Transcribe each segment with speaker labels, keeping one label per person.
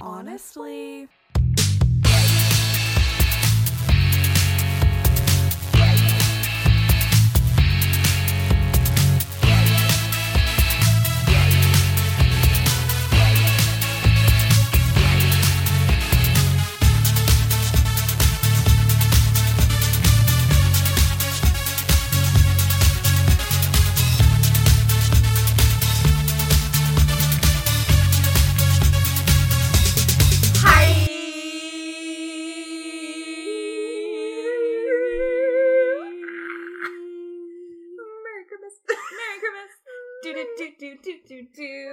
Speaker 1: honestly.
Speaker 2: Hi. Merry Christmas. Merry Christmas. Do do do do do do do. Merry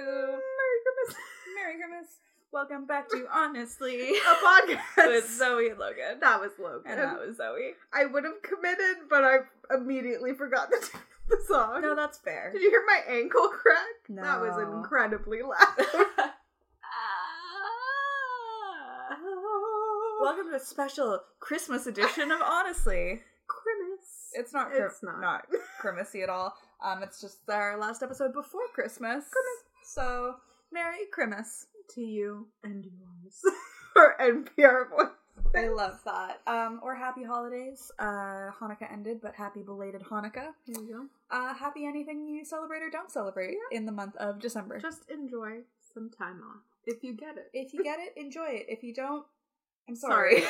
Speaker 2: Christmas. Merry Christmas. Welcome back to Honestly
Speaker 3: a podcast.
Speaker 2: with Zoe and Logan.
Speaker 3: that was Logan.
Speaker 2: And that was Zoe.
Speaker 3: I would have committed, but I immediately forgot the tune of the song.
Speaker 2: No, that's fair.
Speaker 3: Did you hear my ankle crack? That was
Speaker 2: No.
Speaker 3: incredibly loud.
Speaker 2: Ah.
Speaker 3: Ah.
Speaker 2: Welcome to a special Christmas edition of Honestly.
Speaker 3: Grimace.
Speaker 2: It's not. Cr-
Speaker 3: It's not.
Speaker 2: not Christmassy at all. Um, it's just our last episode before Christmas. So merry Christmas to you.
Speaker 3: and yours. Her NPR voice.
Speaker 2: I love that. Um, or happy holidays. Uh, Hanukkah ended, but happy belated Hanukkah.
Speaker 3: Here you go.
Speaker 2: Uh, happy anything you celebrate or don't celebrate in the month of December.
Speaker 3: Just enjoy some time off if you get it.
Speaker 2: if you get it, enjoy it. If you don't, I'm sorry.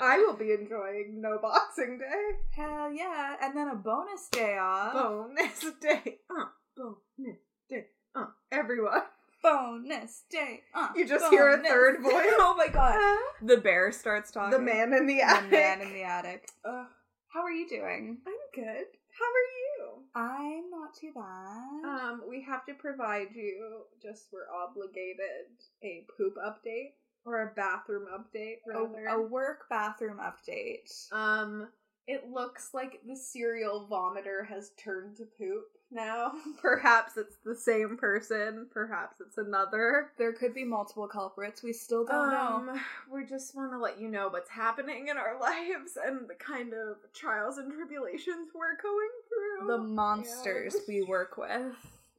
Speaker 3: I will be enjoying no boxing day.
Speaker 2: Hell yeah! And then a bonus day off.
Speaker 3: Bonus day. Uh, bonus day. Uh, everyone.
Speaker 2: bonus day. Uh,
Speaker 3: You just hear a third voice.
Speaker 2: oh my god! The bear starts talking.
Speaker 3: the man in the
Speaker 2: The
Speaker 3: attic.
Speaker 2: man in the attic. Ugh. How are you doing?
Speaker 3: I'm good. How are you?
Speaker 2: I'm not too bad.
Speaker 3: Um, we have to provide you just we're obligated a poop update or a bathroom update
Speaker 2: Uh,
Speaker 3: rather.
Speaker 2: a, a work bathroom update.
Speaker 3: um, it looks like the serial vomiter has turned to poop now. perhaps it's the same person. Perhaps it's another.
Speaker 2: There could be multiple culprits. We still don't know.
Speaker 3: Um, we just want to let you know what's happening in our lives and the kind of trials and tribulations we're going through.
Speaker 2: The monsters we work with.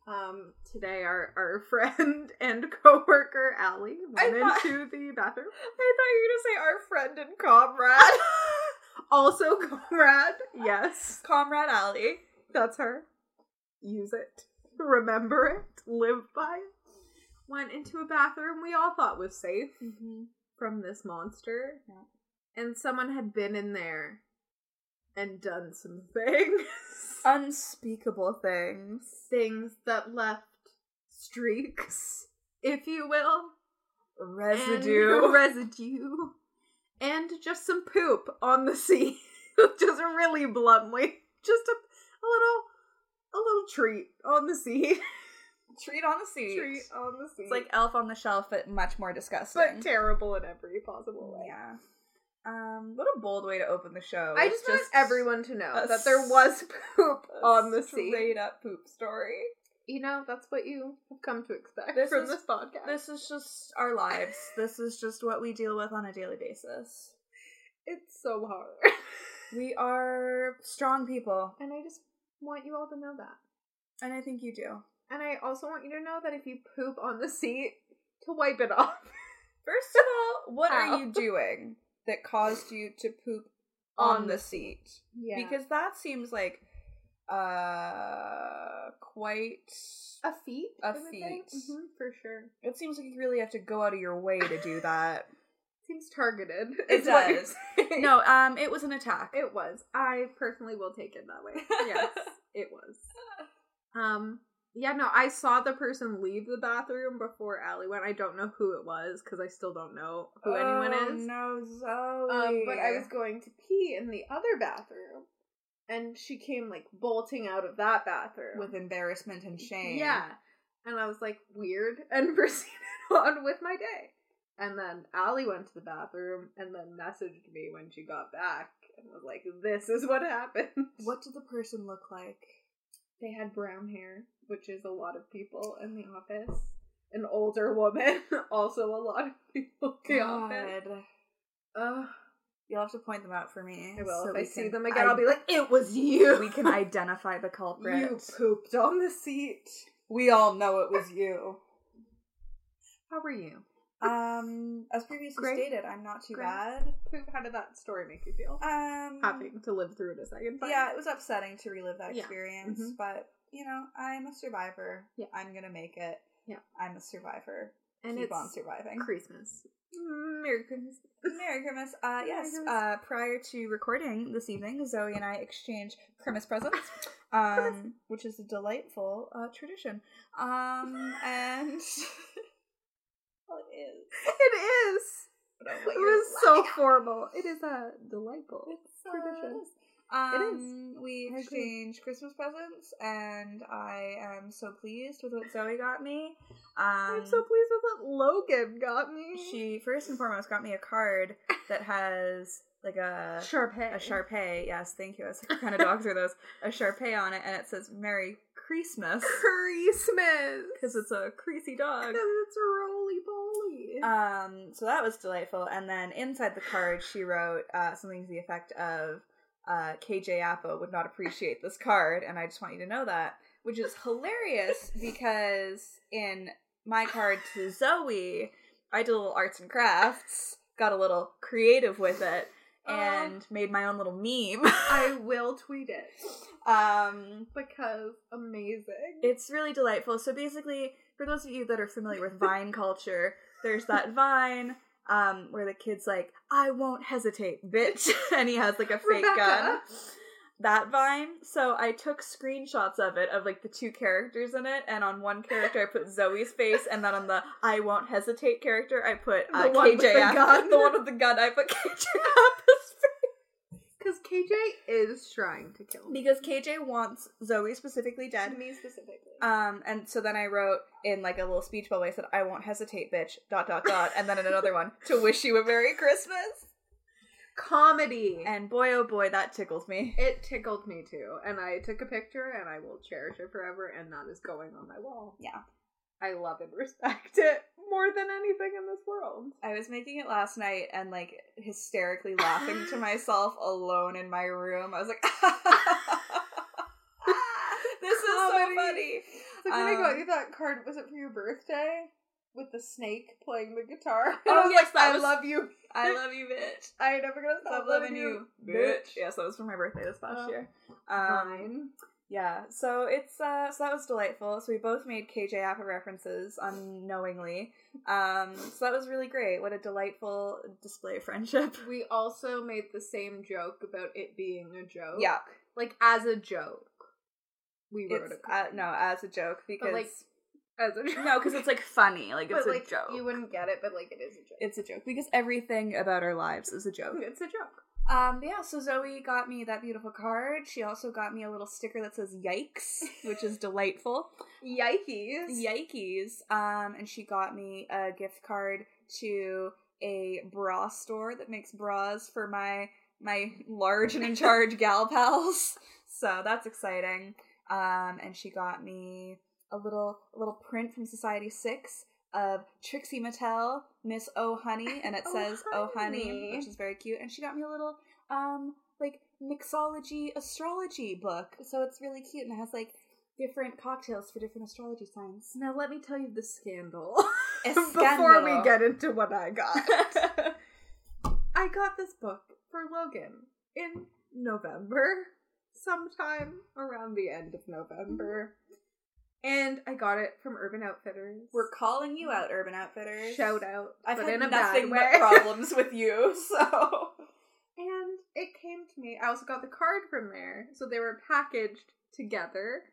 Speaker 3: Um, today our, our friend and coworker Allie
Speaker 2: I
Speaker 3: went
Speaker 2: thought-
Speaker 3: into the bathroom. I thought you were gonna say our friend and comrade. also comrade. Yes.
Speaker 2: Comrade Alley.
Speaker 3: That's her. Use it. Remember it. Live by it. Went into a bathroom we all thought was safe
Speaker 2: Mm-hmm.
Speaker 3: from this monster.
Speaker 2: Yeah.
Speaker 3: And someone had been in there and done some things.
Speaker 2: Unspeakable things.
Speaker 3: things that left streaks, if you will.
Speaker 2: Residue.
Speaker 3: And residue. And just some poop on the sea. just really bluntly. Just a, a little a little treat on the sea.
Speaker 2: Treat on the seat.
Speaker 3: treat on the sea.
Speaker 2: It's like Elf on the Shelf, but much more disgusting.
Speaker 3: but terrible in every possible way.
Speaker 2: yeah. Um, what a bold way to open the show.
Speaker 3: I
Speaker 2: It's
Speaker 3: just, want everyone to know
Speaker 2: a
Speaker 3: that there was poop
Speaker 2: a
Speaker 3: on the sea.
Speaker 2: straight up poop story.
Speaker 3: You know, that's what you have come to expect
Speaker 2: This
Speaker 3: from
Speaker 2: is-
Speaker 3: this podcast.
Speaker 2: This is just our lives. this is just what we deal with on a daily basis.
Speaker 3: it's so hard.
Speaker 2: We are strong people,
Speaker 3: and I just want you all to know that.
Speaker 2: and I think you do.
Speaker 3: And I also want you to know that if you poop on the seat, to wipe it off.
Speaker 2: First of all, what
Speaker 3: Ow.
Speaker 2: are you doing that caused you to poop on,
Speaker 3: On
Speaker 2: the
Speaker 3: the-
Speaker 2: seat?
Speaker 3: Yeah. Because
Speaker 2: Because that seems like uh quite
Speaker 3: a feet.
Speaker 2: A
Speaker 3: I would think.
Speaker 2: feat.
Speaker 3: Mhm, for sure.
Speaker 2: it seems like you really have to go out of your way to do that.
Speaker 3: Seems targeted.
Speaker 2: It
Speaker 3: is what you're
Speaker 2: does.
Speaker 3: saying.
Speaker 2: no, um it was an attack.
Speaker 3: It was. I personally will take it that way. Yes, it was. Um yeah, no, I saw the person leave the bathroom before Allie went. I don't know who it was because I still don't know who
Speaker 2: Oh,
Speaker 3: anyone is.
Speaker 2: No, Zoe.
Speaker 3: Um, but I was going to pee in the other bathroom, and she came like bolting out of that bathroom
Speaker 2: with embarrassment and shame.
Speaker 3: Yeah, and I was like weird, and proceeded on with my day. And then Allie went to the bathroom, and then messaged me when she got back, and was like, "This is what happened."
Speaker 2: What did the person look like?
Speaker 3: They had brown hair, which is a lot of people in the office. An older woman, also a lot of people in the office.
Speaker 2: God.
Speaker 3: Ugh.
Speaker 2: You'll have to point them out for me.
Speaker 3: I will.
Speaker 2: so
Speaker 3: if
Speaker 2: we
Speaker 3: I see
Speaker 2: can-
Speaker 3: them again,
Speaker 2: I-
Speaker 3: I, will be like, "It was you."
Speaker 2: we can identify the culprit.
Speaker 3: You pooped on the seat.
Speaker 2: We all know it was you.
Speaker 3: How were you?
Speaker 2: Um, as previously
Speaker 3: Great.
Speaker 2: stated, I'm not too
Speaker 3: Great.
Speaker 2: bad.
Speaker 3: Who- How did that story make you feel?
Speaker 2: Um,
Speaker 3: Having to live through it a second time.
Speaker 2: yeah, it was upsetting to relive that
Speaker 3: Yeah.
Speaker 2: experience,
Speaker 3: Mhm.
Speaker 2: but you know, I'm a survivor.
Speaker 3: Yeah.
Speaker 2: I'm gonna make it.
Speaker 3: Yeah.
Speaker 2: I'm a survivor.
Speaker 3: and
Speaker 2: Keep
Speaker 3: it's
Speaker 2: on surviving.
Speaker 3: Christmas.
Speaker 2: Merry Christmas. Merry Christmas. Uh,
Speaker 3: Merry
Speaker 2: yes,
Speaker 3: Christmas.
Speaker 2: uh, prior to recording this evening, Zoe and I exchanged Christmas presents, um, which is a delightful uh, tradition. Um, and. well, Oh, it is.
Speaker 3: It is.
Speaker 2: I don't know what
Speaker 3: It
Speaker 2: you're
Speaker 3: was so
Speaker 2: laughing at.
Speaker 3: formal. It is a delightful.
Speaker 2: It's uh,
Speaker 3: tradition.
Speaker 2: Um,
Speaker 3: It
Speaker 2: We
Speaker 3: I agree.
Speaker 2: exchanged Christmas presents, and I am so pleased with what Zoe got me. Um,
Speaker 3: I'm so pleased with what Logan got me.
Speaker 2: she first and foremost got me a card that has like a
Speaker 3: Sharpay.
Speaker 2: uh, a Sharpay. Yes, thank you. That's what kind of dogs are those? A Sharpay on it, and it says "Merry Christmas"
Speaker 3: Christmas.
Speaker 2: because it's a creasy dog.
Speaker 3: Because it's roly poly.
Speaker 2: Um, so that was delightful. And then inside the card, she wrote uh, something to the effect of uh, "KJ Appa would not appreciate this card," and I just want you to know that, which is hilarious because in my card to Zoe, I did a little arts and crafts, got a little creative with it, and made my own little meme.
Speaker 3: I will tweet it
Speaker 2: um,
Speaker 3: because amazing.
Speaker 2: it's really delightful. So basically, for those of you that are familiar with Vine culture, there's that Vine um, where the kid's like, "I won't hesitate, bitch," and he has like a fake gun.
Speaker 3: Rebecca.
Speaker 2: That Vine. So I took screenshots of it of like the two characters in it, and on one character I put Zoe's face, and then on the "I won't hesitate" character I put uh,
Speaker 3: The one with
Speaker 2: KJ
Speaker 3: the
Speaker 2: Apa-
Speaker 3: gun.
Speaker 2: The one with the gun I put KJ Appa's face.
Speaker 3: Because KJ is trying to kill me.
Speaker 2: because KJ wants Zoe specifically dead.
Speaker 3: me specifically.
Speaker 2: Um, and so then I wrote in like a little speech bubble, I said, I won't hesitate, bitch, dot, dot, dot. And then in another one, to wish you a Merry Christmas.
Speaker 3: Comedy.
Speaker 2: And boy, oh boy, that tickled me.
Speaker 3: it tickled me too. And I took a picture and I will cherish it forever. And that is going on my wall.
Speaker 2: Yeah.
Speaker 3: I love and respect it more than anything in this world.
Speaker 2: I was making it last night and like hysterically laughing to myself alone in my room. I was like, this is so
Speaker 3: Comedy.
Speaker 2: funny.
Speaker 3: So when I got
Speaker 2: Um,
Speaker 3: you that card, was it for your birthday? With the snake playing the guitar. And
Speaker 2: Oh,
Speaker 3: I was
Speaker 2: yes,
Speaker 3: like,
Speaker 2: that
Speaker 3: I
Speaker 2: was-
Speaker 3: love you.
Speaker 2: I love you, bitch.
Speaker 3: I ain't never gonna
Speaker 2: Stop loving you, bitch. Yes, that was for my birthday this past
Speaker 3: Oh.
Speaker 2: year. Um,
Speaker 3: Fine.
Speaker 2: Yeah, so it's uh so that was delightful. So we both made KJ Appa references unknowingly. Um so that was really great. What a delightful display of friendship.
Speaker 3: Um, We also made the same joke about it being a joke.
Speaker 2: Yeah.
Speaker 3: Like as a joke. We wrote
Speaker 2: It's,
Speaker 3: a
Speaker 2: uh,
Speaker 3: card.
Speaker 2: no, as a joke because
Speaker 3: But, like, As a joke.
Speaker 2: no, because it's like funny, like
Speaker 3: but
Speaker 2: it's a
Speaker 3: like
Speaker 2: joke.
Speaker 3: you wouldn't get it, but like it is a joke.
Speaker 2: it's a joke because everything about our lives is a joke.
Speaker 3: It's a joke.
Speaker 2: Um, but yeah, so Zoe got me that beautiful card. She also got me a little sticker that says "Yikes," which is delightful.
Speaker 3: Yikes.
Speaker 2: Yikes. Um, and she got me a gift card to a bra store that makes bras for my my large and in charge gal pals. So that's exciting. Um, and she got me a little a little print from Society Six of Trixie Mattel, Miss Oh Honey, and it
Speaker 3: Oh,
Speaker 2: says Oh Honey,
Speaker 3: honey.
Speaker 2: which is very cute. And she got me a little um like mixology astrology book. So it's really cute and it has like different cocktails for different astrology signs.
Speaker 3: Now let me tell you the scandal.
Speaker 2: A
Speaker 3: Before we
Speaker 2: scandalo.
Speaker 3: get into what I got. I got this book for Logan in November, sometime around the end of November. And I got it from Urban Outfitters.
Speaker 2: We're calling you out, Urban Outfitters.
Speaker 3: shout out,
Speaker 2: I've
Speaker 3: but
Speaker 2: had
Speaker 3: in a
Speaker 2: nothing
Speaker 3: bad way.
Speaker 2: but problems with you, so
Speaker 3: and it came to me. I also got the card from there, so they were packaged together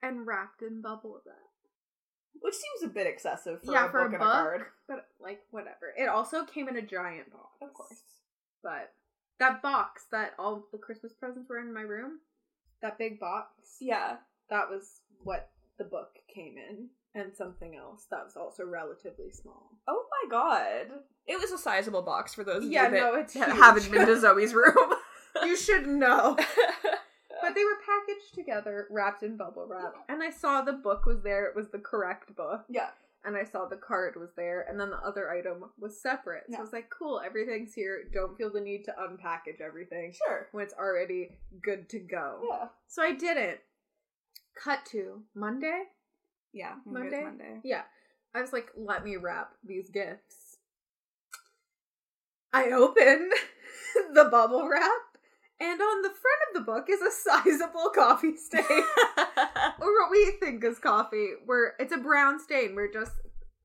Speaker 3: and wrapped in bubble wrap.
Speaker 2: which seems a bit excessive for
Speaker 3: yeah,
Speaker 2: a
Speaker 3: for
Speaker 2: book
Speaker 3: a
Speaker 2: and
Speaker 3: book,
Speaker 2: a card.
Speaker 3: but like whatever. It also came in a giant box,
Speaker 2: Of course.
Speaker 3: But that box that all the Christmas presents were in my room, that big box,
Speaker 2: Yeah.
Speaker 3: that was what the book came in, and something else that was also relatively small.
Speaker 2: Oh my god. It was a sizable box for those of
Speaker 3: Yeah,
Speaker 2: you that
Speaker 3: no, it's
Speaker 2: ha-
Speaker 3: huge.
Speaker 2: haven't been to Zoe's room.
Speaker 3: you should know. But they were packaged together, wrapped in bubble wrap. And I saw the book was there, it was the correct book.
Speaker 2: yeah.
Speaker 3: and I saw the card was there, and then the other item was separate. So
Speaker 2: Yeah.
Speaker 3: I was like, cool, everything's here. Don't feel the need to unpackage everything
Speaker 2: Sure.
Speaker 3: when it's already good to go.
Speaker 2: Yeah.
Speaker 3: So I did it. Cut to Monday.
Speaker 2: Yeah.
Speaker 3: Monday?
Speaker 2: Monday.
Speaker 3: Yeah. I was like, let me wrap these gifts. I open the bubble wrap, and on the front of the book is a sizable coffee stain. or what we think is coffee. We're it's a brown stain. We're just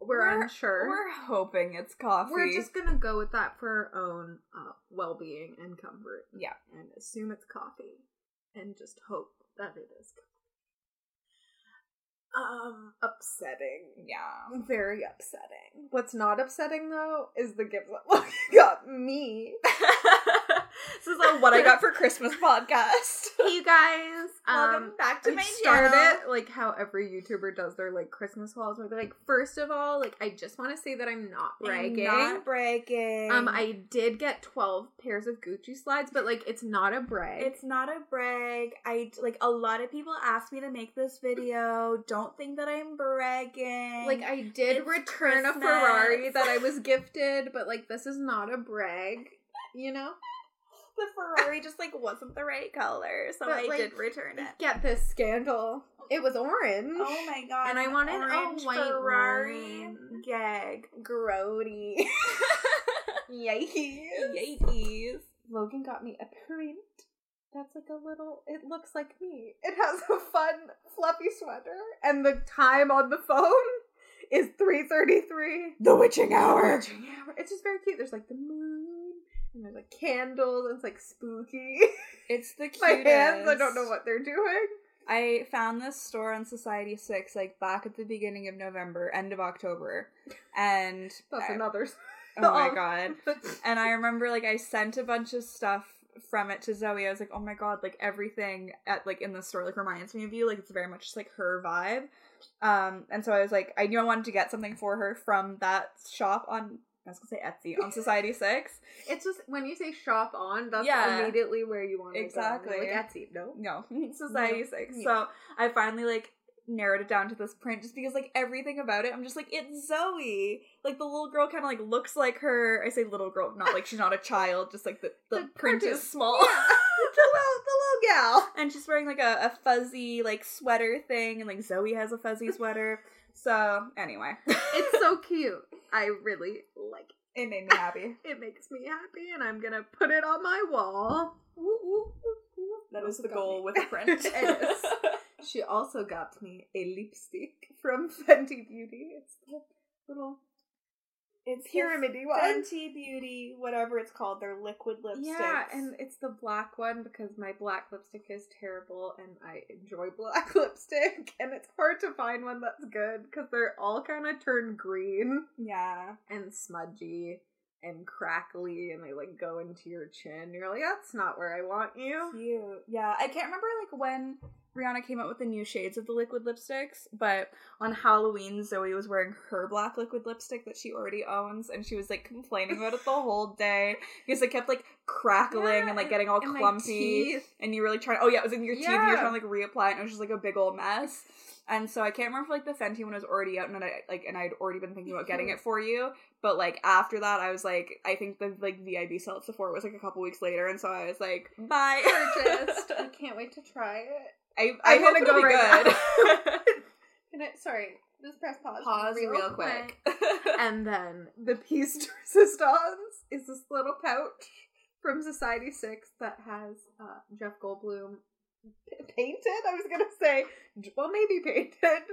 Speaker 3: we're,
Speaker 2: We're-
Speaker 3: unsure. We're,
Speaker 2: We're hoping it's coffee.
Speaker 3: just gonna go with that for our own uh, well being and comfort.
Speaker 2: Yeah.
Speaker 3: and assume it's coffee, and just hope that it is. coffee. Um, upsetting.
Speaker 2: yeah.
Speaker 3: Very upsetting. What's not upsetting though is the gift that Logan got me.
Speaker 2: this is a what I got for Christmas podcast.
Speaker 3: Hey, you guys.
Speaker 2: Welcome back to
Speaker 3: Um, I
Speaker 2: my
Speaker 3: start
Speaker 2: channel.
Speaker 3: it like how every YouTuber does their like Christmas hauls. Where they're like, first of all, like I just want to say that I'm not bragging.
Speaker 2: I'm not breaking.
Speaker 3: um, I did get twelve pairs of Gucci slides, but like it's not a brag.
Speaker 2: It's not a brag. I like a lot of people ask me to make this video. Don't think that I'm bragging.
Speaker 3: like I did
Speaker 2: It's
Speaker 3: return a
Speaker 2: Christmas.
Speaker 3: Ferrari that I was gifted, but like this is not a brag, you know.
Speaker 2: the Ferrari just like wasn't the right color, so
Speaker 3: But,
Speaker 2: I
Speaker 3: like,
Speaker 2: did return it.
Speaker 3: Get this scandal. It was orange.
Speaker 2: Oh my god!
Speaker 3: And I
Speaker 2: an
Speaker 3: wanted a
Speaker 2: orange
Speaker 3: white
Speaker 2: Ferrari
Speaker 3: one.
Speaker 2: gag.
Speaker 3: grody. Yikes.
Speaker 2: Yikes!
Speaker 3: Logan got me a print that's like a little it looks like me. It has a fun fluffy sweater and the time on the phone is 3:33.
Speaker 2: The witching
Speaker 3: Watching hour. It's just very cute. There's like the moon and there's like candles and it's like spooky.
Speaker 2: It's the cutest.
Speaker 3: My hands, I don't know what they're doing.
Speaker 2: I found this store on Society Six like back at the beginning of November, end of October, and
Speaker 3: That's
Speaker 2: I-
Speaker 3: another
Speaker 2: oh my
Speaker 3: song.
Speaker 2: god! And I remember like I sent a bunch of stuff from it to Zoe. I was like, oh my god, like everything at like in the store like reminds me of you. Like it's very much just like her vibe. Um, and so I was like, I knew I wanted to get something for her from that shop on I was gonna say Etsy on Society Six.
Speaker 3: It's just when you say shop on, that's
Speaker 2: Yeah.
Speaker 3: immediately where you want to
Speaker 2: Exactly.
Speaker 3: go. Like Etsy, no.
Speaker 2: No, Society
Speaker 3: No.
Speaker 2: Six.
Speaker 3: Yeah.
Speaker 2: So I finally like narrowed it down to this print just because like everything about it, I'm just like, it's Zoe. Like the little girl kind of like looks like her. I say little girl, not like she's not a child. Just like the the,
Speaker 3: The
Speaker 2: print
Speaker 3: print
Speaker 2: is
Speaker 3: is-
Speaker 2: small.
Speaker 3: the little the little gal.
Speaker 2: and she's wearing like a, a fuzzy like sweater thing and like zoe has a fuzzy sweater so anyway
Speaker 3: It's so cute. I really like it.
Speaker 2: it made me happy
Speaker 3: It makes me happy, and I'm gonna put it on my wall.
Speaker 2: that is
Speaker 3: Also
Speaker 2: the
Speaker 3: got
Speaker 2: goal
Speaker 3: me-
Speaker 2: with a print
Speaker 3: It is. She also got me a lipstick from Fenty Beauty. It's the little
Speaker 2: it's
Speaker 3: pyramidy one.
Speaker 2: Fenty Beauty, whatever it's called, their liquid lipsticks.
Speaker 3: Yeah, and it's the black one because my black lipstick is terrible, and I enjoy black lipstick, and it's hard to find one that's good because they're all kind of turned green.
Speaker 2: yeah,
Speaker 3: and smudgy and crackly and they like go into your chin. You're like, that's not where I want you.
Speaker 2: cute. Yeah, I can't remember like when Rihanna came out with the new shades of the liquid lipsticks, but on Halloween, Zoe was wearing her black liquid lipstick that she already owns, and she was like complaining about it the whole day because it kept like crackling
Speaker 3: Yeah,
Speaker 2: and like getting all
Speaker 3: And my
Speaker 2: clumpy.
Speaker 3: teeth.
Speaker 2: and you were like trying oh yeah it was in your teeth and you were
Speaker 3: Yeah.
Speaker 2: trying to like reapply it and it was just like a big old mess and so i can't remember if like the fenty one was already out and i like and i'd already been thinking about getting it for you but like after that i was like i think the like vib sale at sephora was like a couple weeks later and so i was like bye
Speaker 3: Purchased. I can't wait to try it.
Speaker 2: I, I
Speaker 3: I'm
Speaker 2: hope
Speaker 3: gonna
Speaker 2: it'll
Speaker 3: go
Speaker 2: be
Speaker 3: right
Speaker 2: good
Speaker 3: Can I, sorry, just press pause.
Speaker 2: pause real quick
Speaker 3: and then the piece de resistance is this little pouch from Society 6 that has uh, Jeff Goldblum p- painted. I was going to say, d- well, maybe painted.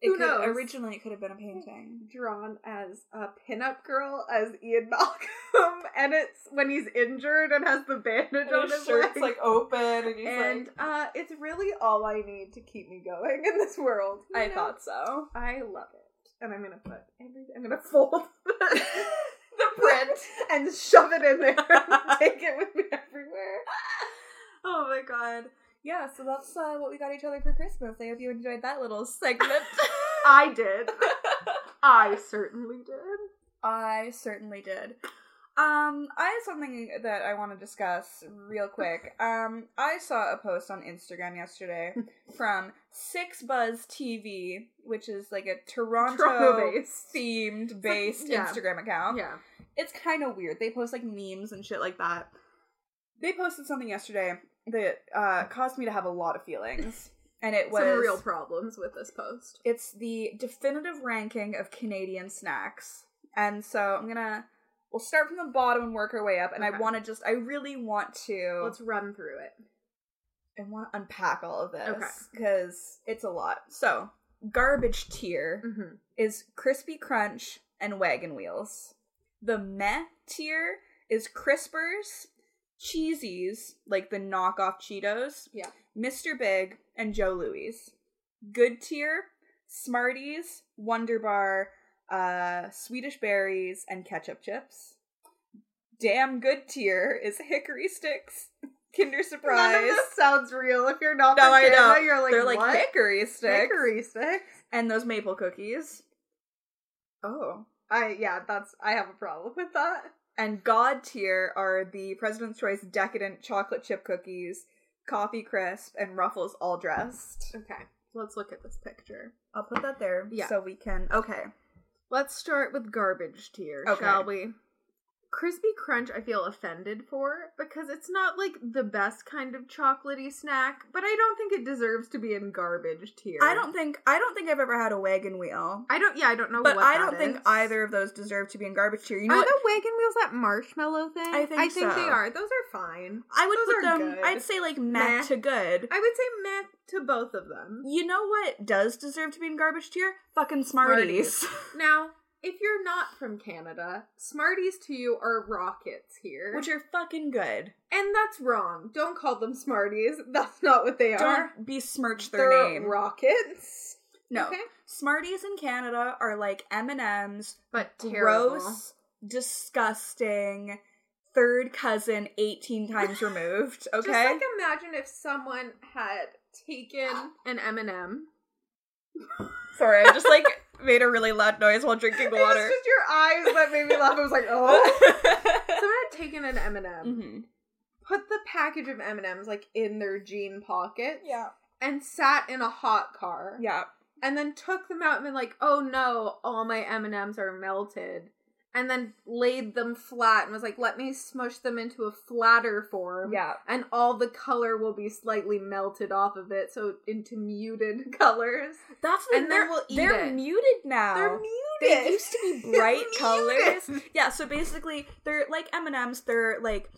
Speaker 2: It
Speaker 3: Who
Speaker 2: could-
Speaker 3: knows?
Speaker 2: originally it could have been a painting
Speaker 3: drawn as a pinup girl as Ian Malcolm, and it's when he's injured and has the bandage on his leg.
Speaker 2: open and he's
Speaker 3: and uh, it's really all I need to keep me going in this world. you
Speaker 2: i
Speaker 3: know?
Speaker 2: thought so
Speaker 3: I love it, and I'm gonna put every, I'm gonna fold the
Speaker 2: print.
Speaker 3: and shove it in there, and take it with me everywhere.
Speaker 2: oh my god. Yeah, so that's uh, what we got each other for Christmas. I hope you enjoyed that little segment.
Speaker 3: I did. I certainly did.
Speaker 2: I certainly did. Um, I have something that I want to discuss real quick. Um, I saw a post on Instagram yesterday from Six Buzz TV, which is like a Toronto
Speaker 3: Toronto-based.
Speaker 2: themed based
Speaker 3: yeah.
Speaker 2: Instagram account.
Speaker 3: Yeah.
Speaker 2: it's kind of weird. They post like memes and shit like that. They posted something yesterday that uh, caused me to have a lot of feelings. and it was
Speaker 3: Some real problems with this post.
Speaker 2: it's the definitive ranking of Canadian snacks. And so I'm gonna we'll start from the bottom and work our way up. And I
Speaker 3: Okay.
Speaker 2: wanna just I really want to
Speaker 3: Let's run through it.
Speaker 2: I wanna unpack all of this because it's a lot. So garbage tier
Speaker 3: Mm-hmm.
Speaker 2: is crispy crunch and wagon wheels. The meh tier is crispers, cheesies, like the knockoff Cheetos,
Speaker 3: Yeah.
Speaker 2: Mr. Big, and Joe Louis. Good tier, Smarties, Wonder Bar, uh, Swedish berries, and ketchup chips. Damn good tier is hickory sticks, Kinder
Speaker 3: None of
Speaker 2: Surprise.
Speaker 3: this sounds real. If you're not
Speaker 2: No,
Speaker 3: from
Speaker 2: I
Speaker 3: Canada,
Speaker 2: know.
Speaker 3: you're like,
Speaker 2: They're like
Speaker 3: what?
Speaker 2: hickory sticks
Speaker 3: Hickory sticks.
Speaker 2: and those maple cookies. Oh.
Speaker 3: I yeah, that's I have a problem with that.
Speaker 2: And God tier are the President's Choice decadent chocolate chip cookies, coffee crisp, and ruffles all dressed.
Speaker 3: Okay, let's look at this picture.
Speaker 2: I'll put that there
Speaker 3: Yeah.
Speaker 2: so we can. Okay.
Speaker 3: Let's start with garbage tier,
Speaker 2: Okay.
Speaker 3: shall we? Crispy Crunch, I feel offended for because it's not like the best kind of chocolatey snack, but I don't think it deserves to be in garbage tier.
Speaker 2: I don't think I don't think I've ever had a wagon wheel,
Speaker 3: I don't. Yeah, I don't know.
Speaker 2: but
Speaker 3: what
Speaker 2: I
Speaker 3: that
Speaker 2: don't think
Speaker 3: is.
Speaker 2: either of those deserve to be in garbage tier. You know,
Speaker 3: are
Speaker 2: what?
Speaker 3: the wagon wheels that marshmallow thing?
Speaker 2: I think
Speaker 3: I think
Speaker 2: so.
Speaker 3: they are. Those are fine.
Speaker 2: I would
Speaker 3: those
Speaker 2: put
Speaker 3: are
Speaker 2: them.
Speaker 3: good.
Speaker 2: I'd say like meh
Speaker 3: Meh.
Speaker 2: to good.
Speaker 3: I would say meh to both of them.
Speaker 2: You know what does deserve to be in garbage tier? Fucking Smarties.
Speaker 3: Now, if you're not from Canada, Smarties to you are rockets here.
Speaker 2: which are fucking good.
Speaker 3: and that's wrong. Don't call them Smarties. That's not what they are.
Speaker 2: Don't besmirch their
Speaker 3: They're
Speaker 2: name.
Speaker 3: rockets.
Speaker 2: No,
Speaker 3: Okay?
Speaker 2: Smarties in Canada are like M and M's,
Speaker 3: But terrible.
Speaker 2: gross, disgusting, third cousin, eighteen times removed. Okay,
Speaker 3: Just like imagine if someone had taken an M&M.
Speaker 2: sorry, I just like made a really loud noise while drinking
Speaker 3: It was
Speaker 2: water. Um,
Speaker 3: just your eyes that made me laugh. I was like, oh. someone had taken an M&M,
Speaker 2: Mhm.
Speaker 3: put the package of M&Ms like in their jean pocket,
Speaker 2: Yeah,
Speaker 3: and sat in a hot car.
Speaker 2: yeah.
Speaker 3: and then took them out and been like, "Oh no, all my M and M's are melted," and then laid them flat and was like, "Let me smush them into a flatter form."
Speaker 2: Yeah.
Speaker 3: And all the color will be slightly melted off of it, so into muted colors.
Speaker 2: That's the,
Speaker 3: And then
Speaker 2: they're,
Speaker 3: we'll eat
Speaker 2: they're
Speaker 3: it.
Speaker 2: muted now.
Speaker 3: They're
Speaker 2: They
Speaker 3: muted.
Speaker 2: used to be bright
Speaker 3: Muted.
Speaker 2: colors. Yeah, so basically they're like M and M's. They're like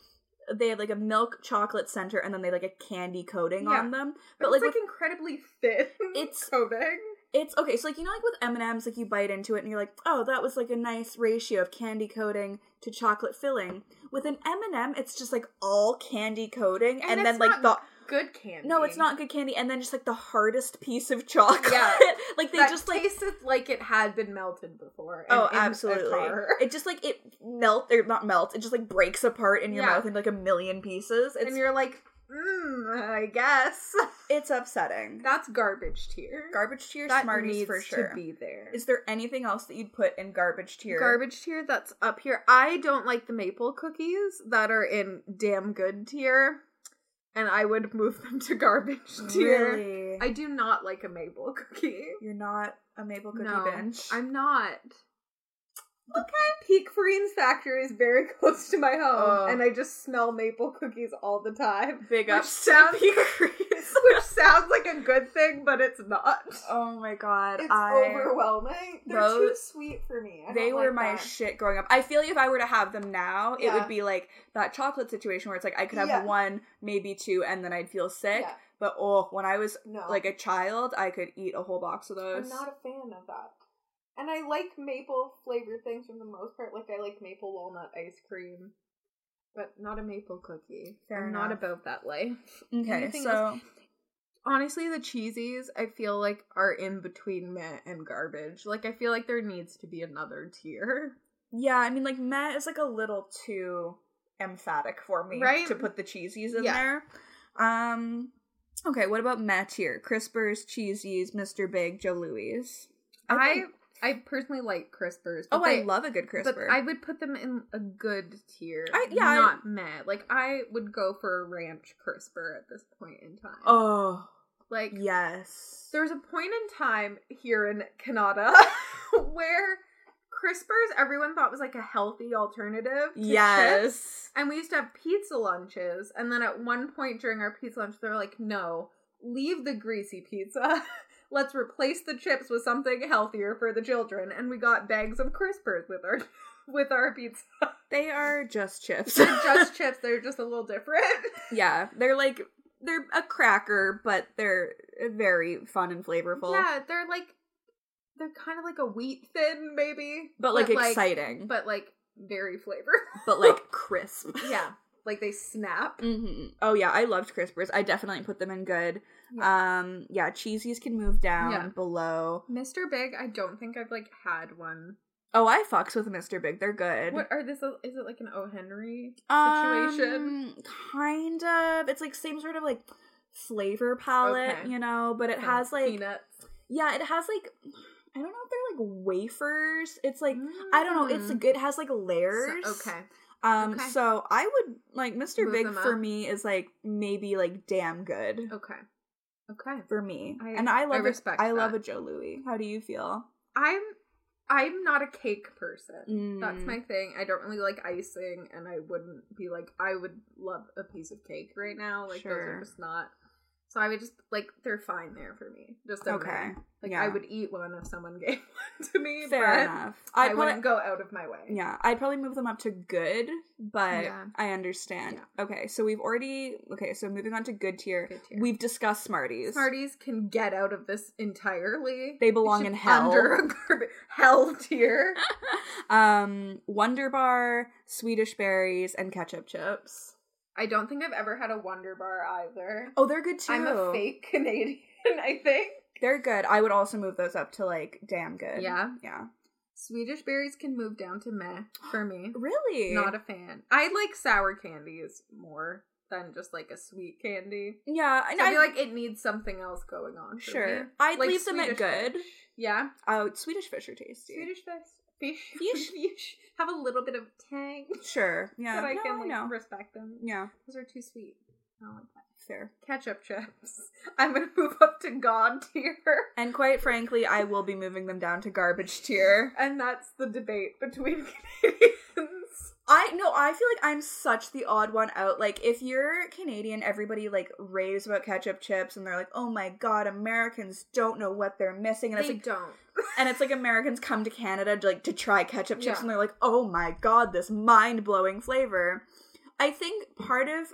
Speaker 2: they have like a milk chocolate center, and then they have, like a candy coating
Speaker 3: Yeah.
Speaker 2: on them.
Speaker 3: But
Speaker 2: But
Speaker 3: it's
Speaker 2: like
Speaker 3: like
Speaker 2: with,
Speaker 3: incredibly thin.
Speaker 2: It's-
Speaker 3: coating.
Speaker 2: it's okay. So like you know like with M and M's, like you bite into it and you're like, oh, that was like a nice ratio of candy coating to chocolate filling. With an M and m it's just like all candy coating,
Speaker 3: And
Speaker 2: and, then
Speaker 3: it's
Speaker 2: like the
Speaker 3: not Good candy.
Speaker 2: no, it's not good candy, and then just like the hardest piece of chocolate.
Speaker 3: Yeah.
Speaker 2: like they
Speaker 3: that
Speaker 2: just like
Speaker 3: tasted like it had been melted before. and
Speaker 2: Oh,
Speaker 3: in a
Speaker 2: absolutely.
Speaker 3: car.
Speaker 2: It just like it melt or not melt. It just like breaks apart in your
Speaker 3: Yeah.
Speaker 2: mouth into like a million pieces. It's
Speaker 3: and you're like, mm, I guess
Speaker 2: it's upsetting.
Speaker 3: that's garbage tier.
Speaker 2: garbage tier
Speaker 3: that
Speaker 2: Smarties
Speaker 3: needs
Speaker 2: for sure.
Speaker 3: to be there.
Speaker 2: Is there anything else that you'd put in garbage tier?
Speaker 3: garbage tier that's up here? I don't like the maple cookies that are in damn good tier, and I would move them to garbage tier.
Speaker 2: Really?
Speaker 3: I do not like a maple cookie.
Speaker 2: You're not a maple cookie
Speaker 3: no,
Speaker 2: bench.
Speaker 3: I'm not. Okay. Peak Farines factory is very close to my home,
Speaker 2: Oh.
Speaker 3: and I just smell maple cookies all the time.
Speaker 2: big
Speaker 3: which
Speaker 2: up
Speaker 3: sounds-
Speaker 2: Peak Freeze.
Speaker 3: which sounds like a good thing, but it's not.
Speaker 2: Oh my god.
Speaker 3: It's
Speaker 2: I
Speaker 3: overwhelming. They're too
Speaker 2: those-
Speaker 3: sweet for me. I
Speaker 2: they
Speaker 3: don't
Speaker 2: were
Speaker 3: like
Speaker 2: my
Speaker 3: that.
Speaker 2: shit growing up. I feel like if I were to have them now, it
Speaker 3: Yeah.
Speaker 2: would be like that chocolate situation where it's like I could have
Speaker 3: Yeah.
Speaker 2: one, maybe two, and then I'd feel sick.
Speaker 3: Yeah,
Speaker 2: But oh, when I was
Speaker 3: no,
Speaker 2: like a child, I could eat a whole box of those.
Speaker 3: I'm not a fan of that. And I like maple flavored things for the most part. Like I like maple walnut ice cream, but not a maple cookie.
Speaker 2: Fair
Speaker 3: I'm not
Speaker 2: enough.
Speaker 3: about that life.
Speaker 2: okay,
Speaker 3: anything
Speaker 2: so
Speaker 3: else? Honestly, the cheesies I feel like are in between meh and garbage. Like I feel like there needs to be another tier.
Speaker 2: yeah, I mean, like Matt is like a little too emphatic for me
Speaker 3: Right?
Speaker 2: to put the cheesies in
Speaker 3: Yeah.
Speaker 2: there. Um, okay, what about Matt here? Crispers, cheesies, Mr. Big, Joe Louis.
Speaker 3: I
Speaker 2: think-
Speaker 3: I, personally like crispers. but
Speaker 2: oh, I
Speaker 3: they-
Speaker 2: love a good crisper.
Speaker 3: But I would put them in a good tier.
Speaker 2: I- yeah, I-
Speaker 3: not meh. Like I would go for a ranch crisper at this point in time.
Speaker 2: oh
Speaker 3: like
Speaker 2: yes,
Speaker 3: there's a point in time here in Canada where crispers everyone thought was like a healthy alternative. To chips.
Speaker 2: yes.
Speaker 3: And we used to have pizza lunches, and then at one point during our pizza lunch, they're like, "No, leave the greasy pizza. Let's replace the chips with something healthier for the children. And we got bags of crispers with our with our pizza.
Speaker 2: They are just chips.
Speaker 3: They're just chips. They're just a little different.
Speaker 2: yeah, they're like they're a cracker, but they're very fun and flavorful.
Speaker 3: Yeah, they're like they're kind of like a wheat thin, maybe,
Speaker 2: but like exciting, but,
Speaker 3: but like very flavorful.
Speaker 2: like crisp.
Speaker 3: yeah, like they snap.
Speaker 2: hmm Oh yeah, I loved crispers. I definitely put them in good. Um, yeah, cheesies can move down
Speaker 3: Yeah.
Speaker 2: below.
Speaker 3: Mr. Big, I don't think I've like had one.
Speaker 2: Oh, I fucks with Mr. Big. They're good.
Speaker 3: What are this? Is it like an O. Henry?
Speaker 2: situation? kind of. It's like same sort of like flavor palette,
Speaker 3: Okay.
Speaker 2: you know, but it
Speaker 3: Some
Speaker 2: has like
Speaker 3: peanuts.
Speaker 2: yeah, it has like I don't know if they're like wafers. It's like I don't know. It's
Speaker 3: Mm.
Speaker 2: good. It has like layers.
Speaker 3: So- okay.
Speaker 2: Um.
Speaker 3: okay.
Speaker 2: So I would like Mr.
Speaker 3: Move
Speaker 2: Big
Speaker 3: them
Speaker 2: for
Speaker 3: up.
Speaker 2: me is like maybe like damn good
Speaker 3: Okay. Okay.
Speaker 2: for me,
Speaker 3: I-
Speaker 2: and I
Speaker 3: I
Speaker 2: love a-
Speaker 3: respect
Speaker 2: I love
Speaker 3: that.
Speaker 2: a Joe Louis. How do you feel?
Speaker 3: I'm I'm not a cake person. That's
Speaker 2: Mm,
Speaker 3: my thing. I don't really like icing, and I wouldn't be like, I would love a piece of cake right now. Like those
Speaker 2: Sure.
Speaker 3: are just not. So I would just like they're fine there for me. Just okay.
Speaker 2: okay.
Speaker 3: Like
Speaker 2: yeah.
Speaker 3: I would eat one if someone gave one to me,
Speaker 2: Fair
Speaker 3: but
Speaker 2: enough.
Speaker 3: I,
Speaker 2: I'd probably-
Speaker 3: wouldn't go out of my way.
Speaker 2: Yeah, I'd probably move them up to good, but
Speaker 3: Yeah.
Speaker 2: I understand. Okay, so we've already okay. So moving on to good tier,
Speaker 3: Good tier.
Speaker 2: we've discussed Smarties.
Speaker 3: Smarties can get out of this entirely.
Speaker 2: They belong
Speaker 3: should
Speaker 2: in
Speaker 3: be
Speaker 2: hell.
Speaker 3: Under a garb- hell tier.
Speaker 2: um, Wonder Bar, Swedish berries, and ketchup chips.
Speaker 3: I don't think I've ever had a Wonder Bar either.
Speaker 2: Oh, they're good too.
Speaker 3: I'm a fake Canadian, I think.
Speaker 2: They're good. I would also move those up to like damn good.
Speaker 3: Yeah.
Speaker 2: yeah.
Speaker 3: Swedish berries can move down to meh for me.
Speaker 2: Really?
Speaker 3: Not a fan. I like sour candies more than just like a sweet candy.
Speaker 2: yeah,
Speaker 3: So
Speaker 2: and
Speaker 3: I
Speaker 2: I
Speaker 3: feel like it needs something else going on. For
Speaker 2: sure.
Speaker 3: me.
Speaker 2: I'd
Speaker 3: Like
Speaker 2: leave them at
Speaker 3: Swedish
Speaker 2: good.
Speaker 3: Yeah.
Speaker 2: Oh, Swedish fish are tasty.
Speaker 3: Swedish fish. Fish.
Speaker 2: Fish.
Speaker 3: Fish. Have a little bit of tang.
Speaker 2: Sure. Yeah.
Speaker 3: But I
Speaker 2: no,
Speaker 3: can like
Speaker 2: no.
Speaker 3: respect them.
Speaker 2: yeah.
Speaker 3: Those are too sweet. I don't like that.
Speaker 2: Fair.
Speaker 3: Ketchup chips. I'm gonna move up to God tier.
Speaker 2: And quite frankly, I will be moving them down to garbage tier.
Speaker 3: And that's the debate between Canadians.
Speaker 2: I no, I feel like I'm such the odd one out. Like if you're Canadian, everybody like raves about ketchup chips and they're like, "Oh my god, Americans don't know what they're missing." And it's like
Speaker 3: don't.
Speaker 2: and it's like Americans come to Canada to, like to try ketchup chips
Speaker 3: Yeah.
Speaker 2: and they're like, "Oh my god, this mind-blowing flavor." I think part of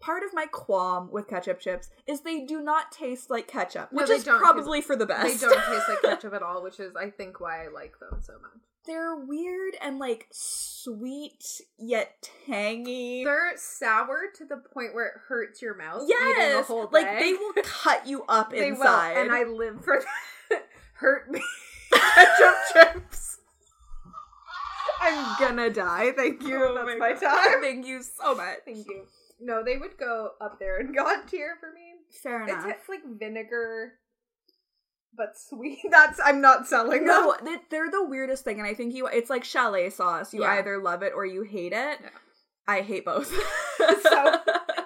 Speaker 2: part of my qualm with ketchup chips is they do not taste like ketchup,
Speaker 3: No,
Speaker 2: which
Speaker 3: they
Speaker 2: is
Speaker 3: don't, 'cause
Speaker 2: probably for the
Speaker 3: They
Speaker 2: best.
Speaker 3: don't taste like ketchup at all, which is I think why I like them so much.
Speaker 2: they're weird and like sweet yet tangy.
Speaker 3: They're sour to the point where it hurts your mouth. eating the
Speaker 2: Yes,
Speaker 3: whole
Speaker 2: like
Speaker 3: bag.
Speaker 2: they will cut you up
Speaker 3: They will,
Speaker 2: inside.
Speaker 3: and I live for that. Hurt me, ketchup chips. I'm gonna die. Thank you.
Speaker 2: Oh
Speaker 3: That's my
Speaker 2: my God.
Speaker 3: time.
Speaker 2: Thank you so much.
Speaker 3: Thank you. No, they would go up there and God tier for me.
Speaker 2: Fair
Speaker 3: It's,
Speaker 2: enough.
Speaker 3: it's like vinegar, but sweet. That's I'm not selling them.
Speaker 2: no, they- they're the weirdest thing, and I think you. It's like chalet sauce. You
Speaker 3: Yeah.
Speaker 2: either love it or you hate it.
Speaker 3: Yeah.
Speaker 2: I hate both.
Speaker 3: So-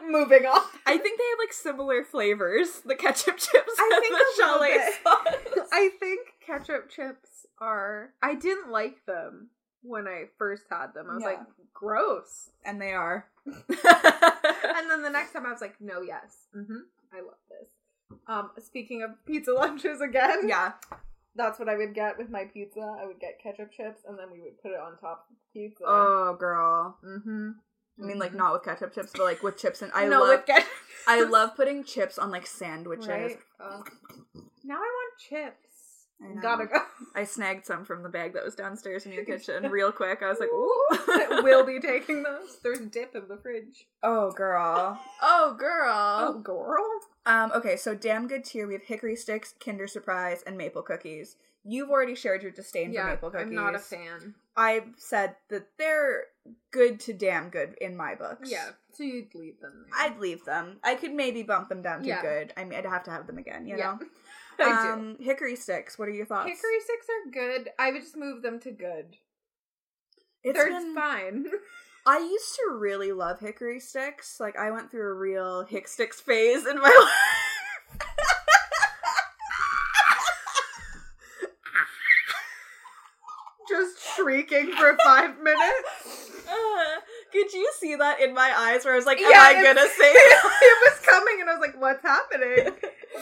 Speaker 3: Moving on.
Speaker 2: I think they have like similar flavors. The ketchup chips.
Speaker 3: I
Speaker 2: and
Speaker 3: think
Speaker 2: the
Speaker 3: a little
Speaker 2: chalet
Speaker 3: bit.
Speaker 2: sauce.
Speaker 3: I think ketchup chips are. I didn't like them when I first had them. I was
Speaker 2: Yeah.
Speaker 3: like, gross.
Speaker 2: and they are.
Speaker 3: And then the next time I was like, no, yes. hmm I love this. Um, speaking of pizza lunches again,
Speaker 2: yeah.
Speaker 3: that's what I would get with my pizza. I would get ketchup chips and then we would put it on top of the pizza.
Speaker 2: Oh, girl.
Speaker 3: mm-hmm.
Speaker 2: I mean, like not with ketchup chips, but like with chips, and I
Speaker 3: no,
Speaker 2: love.
Speaker 3: with ketchup.
Speaker 2: I love putting chips on like sandwiches.
Speaker 3: Right? Ugh. now I want chips.
Speaker 2: I know.
Speaker 3: Gotta go.
Speaker 2: I snagged some from the bag that was downstairs in your kitchen real quick. I was like, Ooh.
Speaker 3: we'll be taking those. There's dip in the fridge.
Speaker 2: "Oh, girl, oh,
Speaker 3: Oh,
Speaker 2: girl."
Speaker 3: girl.
Speaker 2: Um, okay, so damn good tier. We have hickory sticks, Kinder Surprise, and maple cookies. You've already shared your disdain for maple cookies.
Speaker 3: I'm not a fan.
Speaker 2: I've said that they're good to damn good in my books.
Speaker 3: Yeah, so you'd leave them there.
Speaker 2: I'd leave them. I could maybe bump them down to
Speaker 3: Yeah.
Speaker 2: good. I mean, I'd have to have them again. You
Speaker 3: Yeah.
Speaker 2: know.
Speaker 3: I do.
Speaker 2: um, Hickory sticks. What are your thoughts?
Speaker 3: Hickory sticks are good. I would just move them to good.
Speaker 2: It's
Speaker 3: They're
Speaker 2: been-
Speaker 3: fine.
Speaker 2: I used to really love hickory sticks. Like I went through a real hick sticks phase in my life.
Speaker 3: Just shrieking for five minutes.
Speaker 2: Uh, could you see that in my eyes where I was like, am
Speaker 3: Yeah,
Speaker 2: I
Speaker 3: it's-
Speaker 2: gonna say
Speaker 3: it was coming and I was like, "What's happening?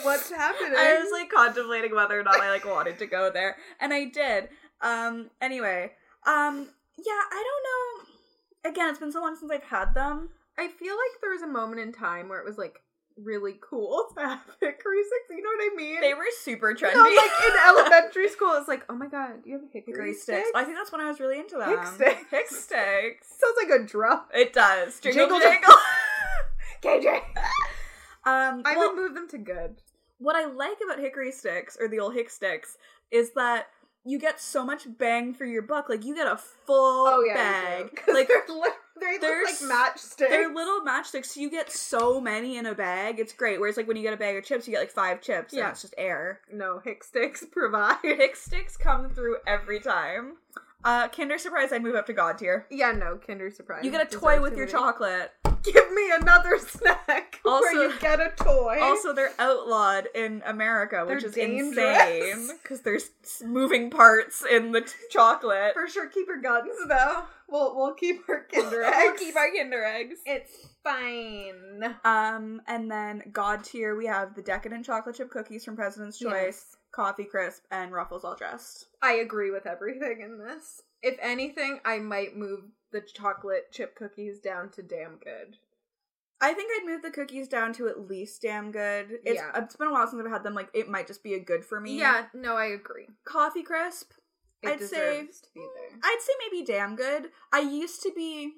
Speaker 3: What's happening?"
Speaker 2: I was like contemplating whether or not I like wanted to go there, and I did. Um. Anyway. Um. Yeah. I don't know. Again, it's been so long since I've had them.
Speaker 3: I feel like there was a moment in time where it was like really cool to have hickory sticks. You know what I mean?
Speaker 2: They were super trendy.
Speaker 3: No, like in elementary school, it's like, oh my god, you have hickory,
Speaker 2: Hickory
Speaker 3: sticks.
Speaker 2: sticks. I think that's when I was really into them.
Speaker 3: Hick sticks.
Speaker 2: Hick sticks.
Speaker 3: Sounds like a drum.
Speaker 2: It does. Jingle
Speaker 3: Jingle
Speaker 2: jingle.
Speaker 3: jangle. KJ,
Speaker 2: um,
Speaker 3: I
Speaker 2: well,
Speaker 3: would move them to good.
Speaker 2: what I like about hickory sticks or the old hick sticks is that you get so much bang for your buck. Like you get a full
Speaker 3: Oh, you do.
Speaker 2: bag.
Speaker 3: 'Cause
Speaker 2: Like
Speaker 3: they're li- they
Speaker 2: they're
Speaker 3: look like
Speaker 2: s-
Speaker 3: matchsticks.
Speaker 2: they're little matchsticks, so you get so many in a bag. It's great. Whereas like when you get a bag of chips, you get like five chips. Yeah,
Speaker 3: Yeah.
Speaker 2: and it's just air.
Speaker 3: no hick sticks provide.
Speaker 2: Hick sticks come through every time. Uh, Kinder Surprise, I move up to God tier.
Speaker 3: Yeah, no Kinder Surprise.
Speaker 2: You get a
Speaker 3: These
Speaker 2: toy
Speaker 3: are
Speaker 2: with
Speaker 3: too
Speaker 2: your
Speaker 3: many.
Speaker 2: chocolate.
Speaker 3: Give me another snack.
Speaker 2: Also-
Speaker 3: where you get a toy.
Speaker 2: Also, they're outlawed in America, which
Speaker 3: They're
Speaker 2: is
Speaker 3: dangerous.
Speaker 2: insane because there's s- moving parts in the t- chocolate.
Speaker 3: for sure, keep your guns though. We'll we'll keep our Kinder eggs.
Speaker 2: We'll keep our Kinder eggs.
Speaker 3: It's fine.
Speaker 2: Um, and then God tier, we have the decadent chocolate chip cookies from President's Choice,
Speaker 3: Yes.
Speaker 2: Coffee Crisp, and Ruffles All Dressed.
Speaker 3: I agree with everything in this. If anything, I might move the chocolate chip cookies down to damn good.
Speaker 2: I think I'd move the cookies down to at least damn good. It's
Speaker 3: Yeah.
Speaker 2: it's been a while since I've had them. Like it might just be a good for me.
Speaker 3: Yeah, no, I agree.
Speaker 2: Coffee Crisp.
Speaker 3: It
Speaker 2: I'd say-
Speaker 3: deserves to be there.
Speaker 2: I'd say maybe damn good. I used to be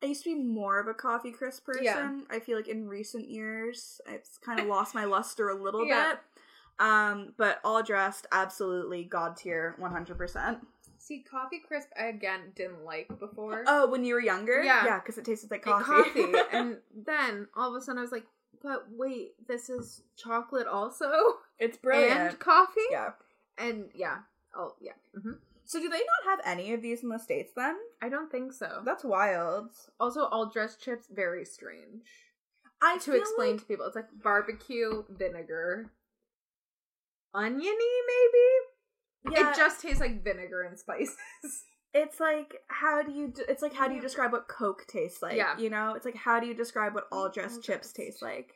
Speaker 2: I used to be more of a coffee crisp person.
Speaker 3: Yeah.
Speaker 2: I feel like in recent years it's kind of lost my luster a little
Speaker 3: Yeah.
Speaker 2: bit. Um but all dressed absolutely god tier 100%.
Speaker 3: See, coffee crisp I again didn't like before.
Speaker 2: Oh, when you were younger?
Speaker 3: Yeah.
Speaker 2: Yeah, cuz it tasted like
Speaker 3: It- coffee.
Speaker 2: coffee.
Speaker 3: and then all of a sudden I was like, but wait, this is chocolate also
Speaker 2: it's
Speaker 3: and coffee.
Speaker 2: Oh, Yeah.
Speaker 3: And yeah, oh yeah. hmm
Speaker 2: So do they not have any of these in the states then?
Speaker 3: I don't think so.
Speaker 2: That's wild.
Speaker 3: also, all dressed chips very strange
Speaker 2: I
Speaker 3: to explain to people. It's like barbecue vinegar, oniony maybe.
Speaker 2: yeah,
Speaker 3: It just tastes like vinegar and spices.
Speaker 2: it's like how do you d it's like how do you describe what coke tastes like
Speaker 3: Yeah.
Speaker 2: you know it's like how do you describe what all dressed
Speaker 3: All
Speaker 2: chips
Speaker 3: dressed.
Speaker 2: taste like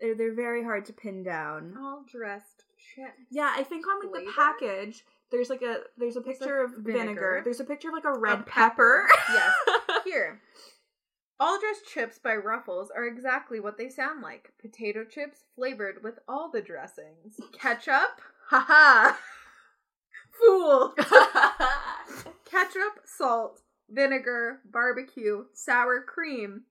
Speaker 2: they're, they're very hard to pin down
Speaker 3: all dressed chips.
Speaker 2: yeah i think on like the
Speaker 3: Oh. Flavor?
Speaker 2: package there's like a there's a
Speaker 3: There's,
Speaker 2: picture
Speaker 3: like,
Speaker 2: of vinegar.
Speaker 3: vinegar.
Speaker 2: there's a picture of like a red
Speaker 3: A
Speaker 2: pepper,
Speaker 3: yes. Here. All dressed chips by Ruffles are exactly what they sound like. Potato chips flavored with all the dressings. Ketchup? Haha. Fool. Ketchup, salt, vinegar, barbecue, sour cream,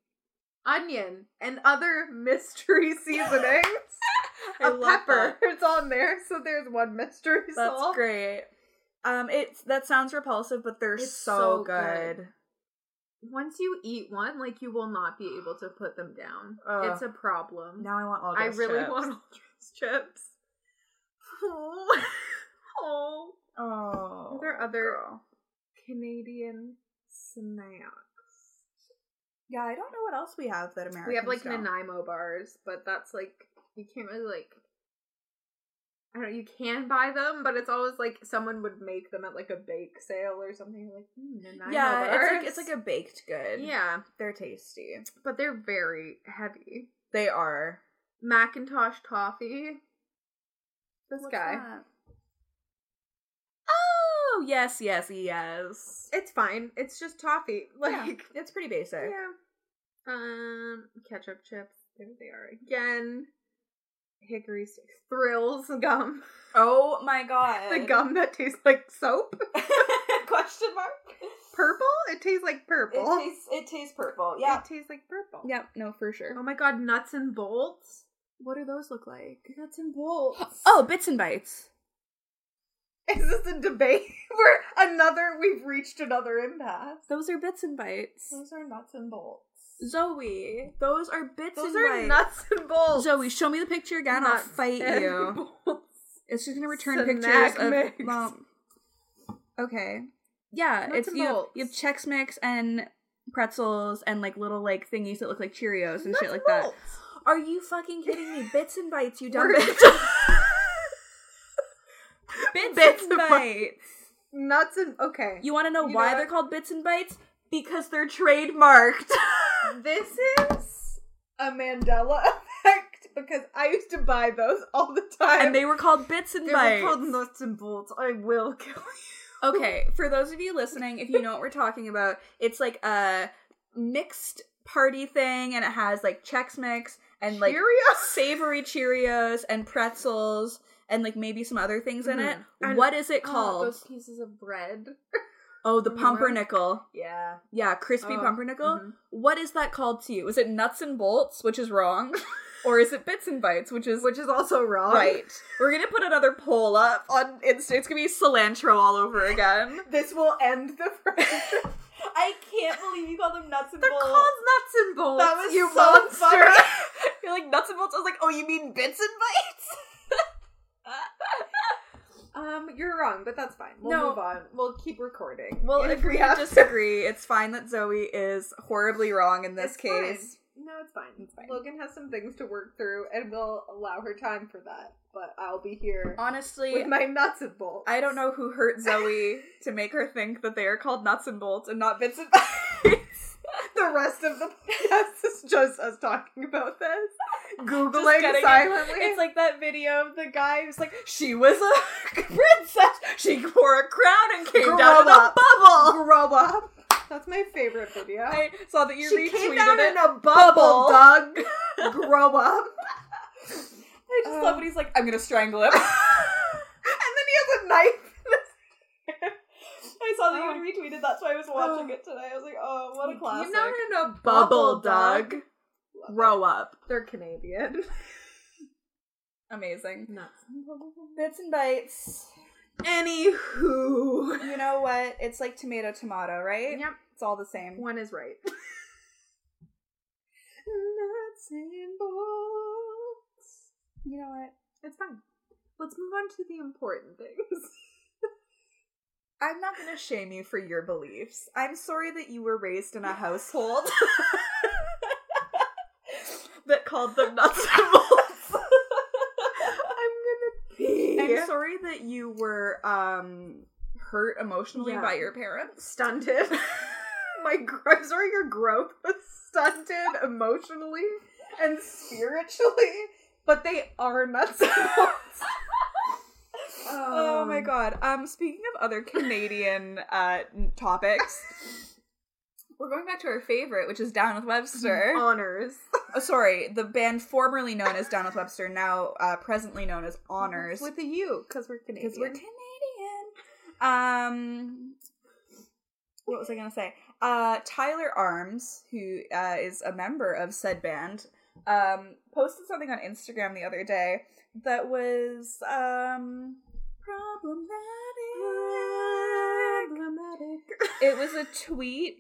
Speaker 3: onion, and other mystery seasonings.
Speaker 2: I
Speaker 3: A
Speaker 2: love
Speaker 3: pepper. It's on there, so there's one mystery
Speaker 2: that's
Speaker 3: salt.
Speaker 2: great um it's that sounds repulsive but they're
Speaker 3: It's
Speaker 2: so,
Speaker 3: so
Speaker 2: good,
Speaker 3: good. Once you eat one, like you will not be able to put them down.
Speaker 2: Ugh.
Speaker 3: it's a problem.
Speaker 2: now i want all
Speaker 3: I
Speaker 2: dressed
Speaker 3: really
Speaker 2: chips.
Speaker 3: want all dress chips. Oh, oh.
Speaker 2: oh
Speaker 3: Are there other
Speaker 2: girl.
Speaker 3: Canadian snacks?
Speaker 2: yeah i don't know what else we have that america
Speaker 3: we have like Nanaimo bars, but that's like you can't really like. I don't. You can buy them, but it's always like someone would make them at like a bake sale or something. Like mm, Nanaimo
Speaker 2: yeah,
Speaker 3: bars.
Speaker 2: it's like it's like a baked good.
Speaker 3: yeah,
Speaker 2: they're tasty.
Speaker 3: but they're very heavy.
Speaker 2: They are.
Speaker 3: Macintosh toffee. This
Speaker 2: What's
Speaker 3: guy.
Speaker 2: that? Oh yes, yes, yes.
Speaker 3: It's fine. It's just toffee. Like
Speaker 2: yeah, it's pretty basic.
Speaker 3: Yeah. Um, ketchup chips. There they are again. Hickory stick thrills gum.
Speaker 2: Oh my god.
Speaker 3: The gum that tastes like soap.
Speaker 2: Question mark.
Speaker 3: Purple. It tastes like purple.
Speaker 2: It tastes. It tastes purple. Yeah.
Speaker 3: It tastes like purple.
Speaker 2: Yeah. No, for sure.
Speaker 3: Oh my god, nuts and bolts.
Speaker 2: What do those look like?
Speaker 3: Nuts and bolts.
Speaker 2: Oh, bits and bites.
Speaker 3: is this a debate? We're another. We've reached another impasse.
Speaker 2: Those are bits and bites.
Speaker 3: Those are nuts and bolts.
Speaker 2: Zoe, those are bits
Speaker 3: Those
Speaker 2: and
Speaker 3: are
Speaker 2: bites.
Speaker 3: nuts and bolts.
Speaker 2: Zoe, show me the picture again. I'll
Speaker 3: Nuts
Speaker 2: fight
Speaker 3: and
Speaker 2: you.
Speaker 3: bolts.
Speaker 2: It's just gonna return
Speaker 3: Snack
Speaker 2: pictures of
Speaker 3: mix.
Speaker 2: well, okay, yeah.
Speaker 3: Nuts
Speaker 2: it's
Speaker 3: and
Speaker 2: you have,
Speaker 3: bolts.
Speaker 2: you have Chex Mix and pretzels and like little like thingies that look like Cheerios and
Speaker 3: Nuts
Speaker 2: shit like that.
Speaker 3: bolts.
Speaker 2: Are you fucking kidding me? Bits and bites, you dumb
Speaker 3: We're-
Speaker 2: bitch. bits,
Speaker 3: Bits
Speaker 2: and
Speaker 3: and
Speaker 2: bites.
Speaker 3: Nuts and okay.
Speaker 2: You want to know
Speaker 3: You
Speaker 2: why
Speaker 3: know
Speaker 2: they're
Speaker 3: what?
Speaker 2: called bits and bites? Because they're trademarked.
Speaker 3: this is a Mandela effect.
Speaker 2: because I used to buy those all the time.
Speaker 1: And they were called bits and bites.
Speaker 3: nuts and bolts. I will kill
Speaker 2: okay, for those of you listening, if you know what we're talking about, it's like a mixed party thing, and it has like Chex Mix and like savory Cheerios and pretzels and like maybe some other things in it.
Speaker 3: And-
Speaker 2: what is it
Speaker 3: Oh,
Speaker 2: called? Oh,
Speaker 3: those pieces of bread.
Speaker 2: the
Speaker 3: Mhm.
Speaker 2: pumpernickel.
Speaker 3: Yeah.
Speaker 2: Yeah, crispy
Speaker 3: Oh,
Speaker 2: pumpernickel. What is that called to you? Is it nuts and bolts, which is wrong, or is it bits and bites, which is
Speaker 3: Which is also wrong.
Speaker 2: right? We're gonna put another poll up on Insta. It's gonna be cilantro all over again.
Speaker 3: This will end the friendship.
Speaker 2: I can't believe you call them nuts and
Speaker 3: They're called nuts and bolts.
Speaker 2: That was
Speaker 3: you
Speaker 2: so
Speaker 3: monster.
Speaker 2: funny. You're like nuts and bolts. I was like, oh, you mean bits and bites?
Speaker 3: Um, you're wrong, but that's fine. We'll
Speaker 2: No.
Speaker 3: move on. We'll keep recording.
Speaker 2: Well,
Speaker 3: If
Speaker 2: agree
Speaker 3: we have
Speaker 2: or disagree. It's fine that Zoe is horribly wrong in this
Speaker 3: It's fine.
Speaker 2: case.
Speaker 3: No, it's fine.
Speaker 2: It's fine.
Speaker 3: Logan has some things to work through, and we'll allow her time for that. But I'll be here
Speaker 2: Honestly,
Speaker 3: with my nuts and bolts.
Speaker 2: I don't know who hurt Zoe to make her think that they are called nuts and bolts and not bits and bites.
Speaker 3: the rest of the podcast is just us talking about this,
Speaker 2: Just
Speaker 3: googling
Speaker 2: getting it.
Speaker 3: silently.
Speaker 2: It's like that video of the guy who's like, she was a princess. She wore a crown and came
Speaker 3: Grow
Speaker 2: down in a
Speaker 3: up.
Speaker 2: bubble.
Speaker 3: grow up. That's my favorite video.
Speaker 2: I saw that you
Speaker 3: she
Speaker 2: retweeted
Speaker 3: came down
Speaker 2: it.
Speaker 3: in a bubble,
Speaker 2: Bubble.
Speaker 3: Doug. grow up.
Speaker 2: I just love
Speaker 3: Um,
Speaker 2: when he's like, I'm gonna strangle him.
Speaker 3: And then he has a knife.
Speaker 2: I saw that you had retweeted, that's why I was watching
Speaker 3: Oh.
Speaker 2: it today. I was like, oh, what a classic.
Speaker 3: Came down in a
Speaker 1: Bubble Doug. Grow up.
Speaker 3: They're Canadian.
Speaker 2: Amazing.
Speaker 3: Nuts.
Speaker 2: Bits and bites.
Speaker 3: Anywho.
Speaker 2: You know what? It's like tomato, tomato, right?
Speaker 3: Yep.
Speaker 2: It's all the same.
Speaker 3: One is right. Nuts and bolts.
Speaker 2: You know what?
Speaker 3: It's fine. Let's move on to the important things.
Speaker 2: I'm not gonna shame you for your beliefs. I'm sorry that you were raised in a household that called them nuts and bolts.
Speaker 3: I'm gonna pee.
Speaker 2: I'm sorry that you were um hurt emotionally
Speaker 3: Yeah.
Speaker 2: by your parents.
Speaker 3: stunted. My gr- I'm sorry, your growth was stunted emotionally and spiritually, but they are nuts and bolts.
Speaker 2: Oh my
Speaker 3: Um,
Speaker 2: god. Um speaking of other Canadian uh n- topics, we're going back to our favorite, which is Down with Webster.
Speaker 3: Mm-hmm. Honors.
Speaker 2: Oh, sorry, the band formerly known as Down with Webster, now uh presently known as Honors.
Speaker 3: with a U because we're Canadian.
Speaker 2: Because we're Canadian. Um what was I gonna say? Uh Tyler Arms, who uh, is a member of said band, um, posted something on Instagram the other day that was um problematic. It was a tweet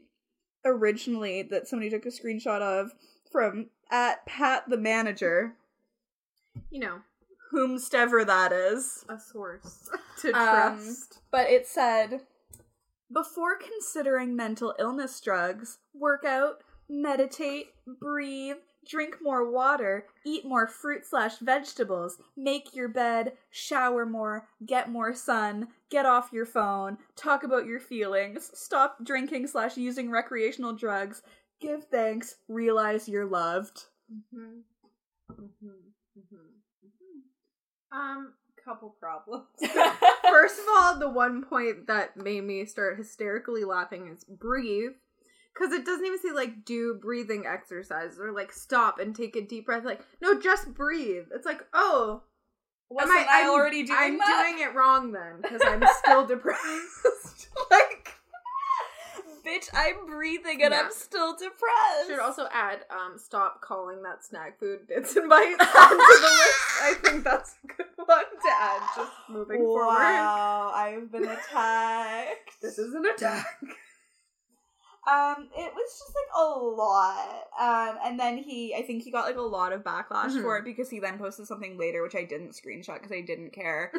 Speaker 2: originally that somebody took a screenshot of from at Pat the manager,
Speaker 3: You know,
Speaker 2: whomstever that is.
Speaker 3: a source to
Speaker 2: Um,
Speaker 3: trust.
Speaker 2: but it said before considering mental illness drugs work out meditate breathe drink more water eat more fruit slash vegetables make your bed shower more get more sun get off your phone talk about your feelings stop drinking slash using recreational drugs give thanks realize you're loved
Speaker 3: Mm-hmm. Mm-hmm. Mm-hmm. Um, couple problems. First of all, the one point that made me start hysterically laughing is breathe. Because it doesn't even say, like, do breathing exercises or, like, stop and take a deep breath. Like, no, just breathe. It's like, oh,
Speaker 2: Wasn't
Speaker 3: am
Speaker 2: I
Speaker 3: I, I'm-
Speaker 2: already doing
Speaker 3: I'm
Speaker 2: that?
Speaker 3: doing it wrong then because I'm still depressed.
Speaker 2: like bitch i'm breathing and
Speaker 3: Yeah.
Speaker 2: i'm still depressed
Speaker 3: Should also add, um, stop calling that snack food bits and bites onto the list. I think that's a good one to add. Just moving forward.
Speaker 2: Wow, I've been attacked.
Speaker 3: This is an attack.
Speaker 2: Um, it was just like a lot. Um, and then he, I think he got like a lot of backlash
Speaker 3: Mhm.
Speaker 2: for it because he then posted something later, which I didn't screenshot because I didn't care.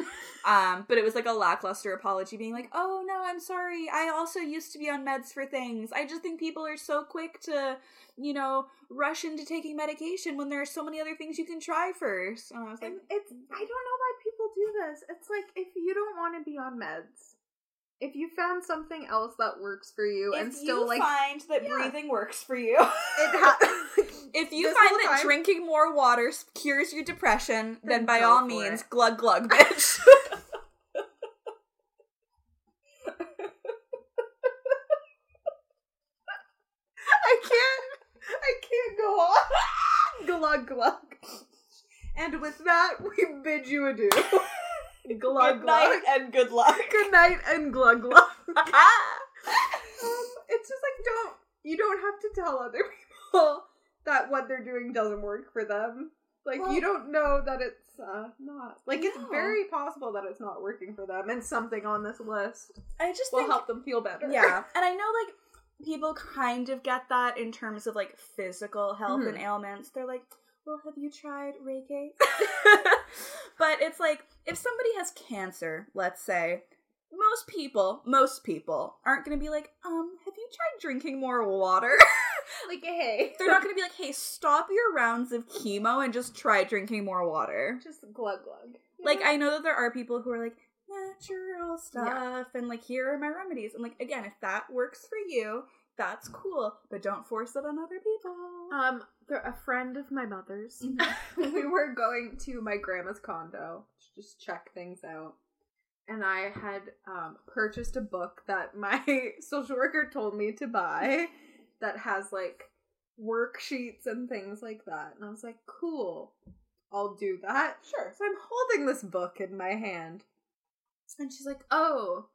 Speaker 2: um, but it was like a lackluster apology, being like, "Oh no, I'm sorry. I also used to be on meds for things. I just think people are so quick to, you know, rush into taking medication when there are so many other things you can try first. And I was like, mm-hmm.
Speaker 3: And it's I don't know why people do this. It's like if you don't want to be on meds, if you found something else that works for you
Speaker 2: if
Speaker 3: and still
Speaker 2: you
Speaker 3: like
Speaker 2: find that
Speaker 3: Yeah.
Speaker 2: breathing works for you,
Speaker 3: it ha-
Speaker 2: If you
Speaker 3: This
Speaker 2: find
Speaker 3: whole
Speaker 2: that
Speaker 3: time-
Speaker 2: drinking more water s- cures your depression, then,
Speaker 3: Then
Speaker 2: by
Speaker 3: go
Speaker 2: all
Speaker 3: for
Speaker 2: means,
Speaker 3: it.
Speaker 2: glug glug, bitch.
Speaker 3: I can't. I can't go on. glug glug. And with that, we bid you adieu. glug
Speaker 2: Good
Speaker 3: glug.
Speaker 2: night and good luck.
Speaker 3: Good night and glug glug. Um, it's just like don't you don't have to tell other people that what they're doing doesn't work for them. Like
Speaker 2: Well-
Speaker 3: you don't know that it's uh, not. Like it's
Speaker 2: No.
Speaker 3: very possible that it's not working for them, and something on this list
Speaker 2: I just
Speaker 3: will
Speaker 2: think,
Speaker 3: help them feel better.
Speaker 2: yeah, and I know like people kind of get that in terms of like physical health and ailments. They're like, "Well, have you tried Reiki?" but it's like if somebody has cancer, let's say. Most people, most people aren't going to be like, um, have you tried drinking more water?
Speaker 3: Like hey,
Speaker 2: They're not going to be like, hey, stop your rounds of chemo and just try drinking more water.
Speaker 3: just glug glug.
Speaker 2: Like, I know that there are people who are like, natural stuff
Speaker 3: Yeah.
Speaker 2: and like, here are my remedies. And like, again, if that works for you, that's cool, but don't force it on other people. Mm-hmm.
Speaker 3: Um, they're a friend of my mother's. we were going to my grandma's condo to just check things out. And I had um, purchased a book that my social worker told me to buy that has like worksheets and things like that. And I was like, cool, I'll do that.
Speaker 2: Sure.
Speaker 3: So I'm holding this book in my hand. And she's like, oh,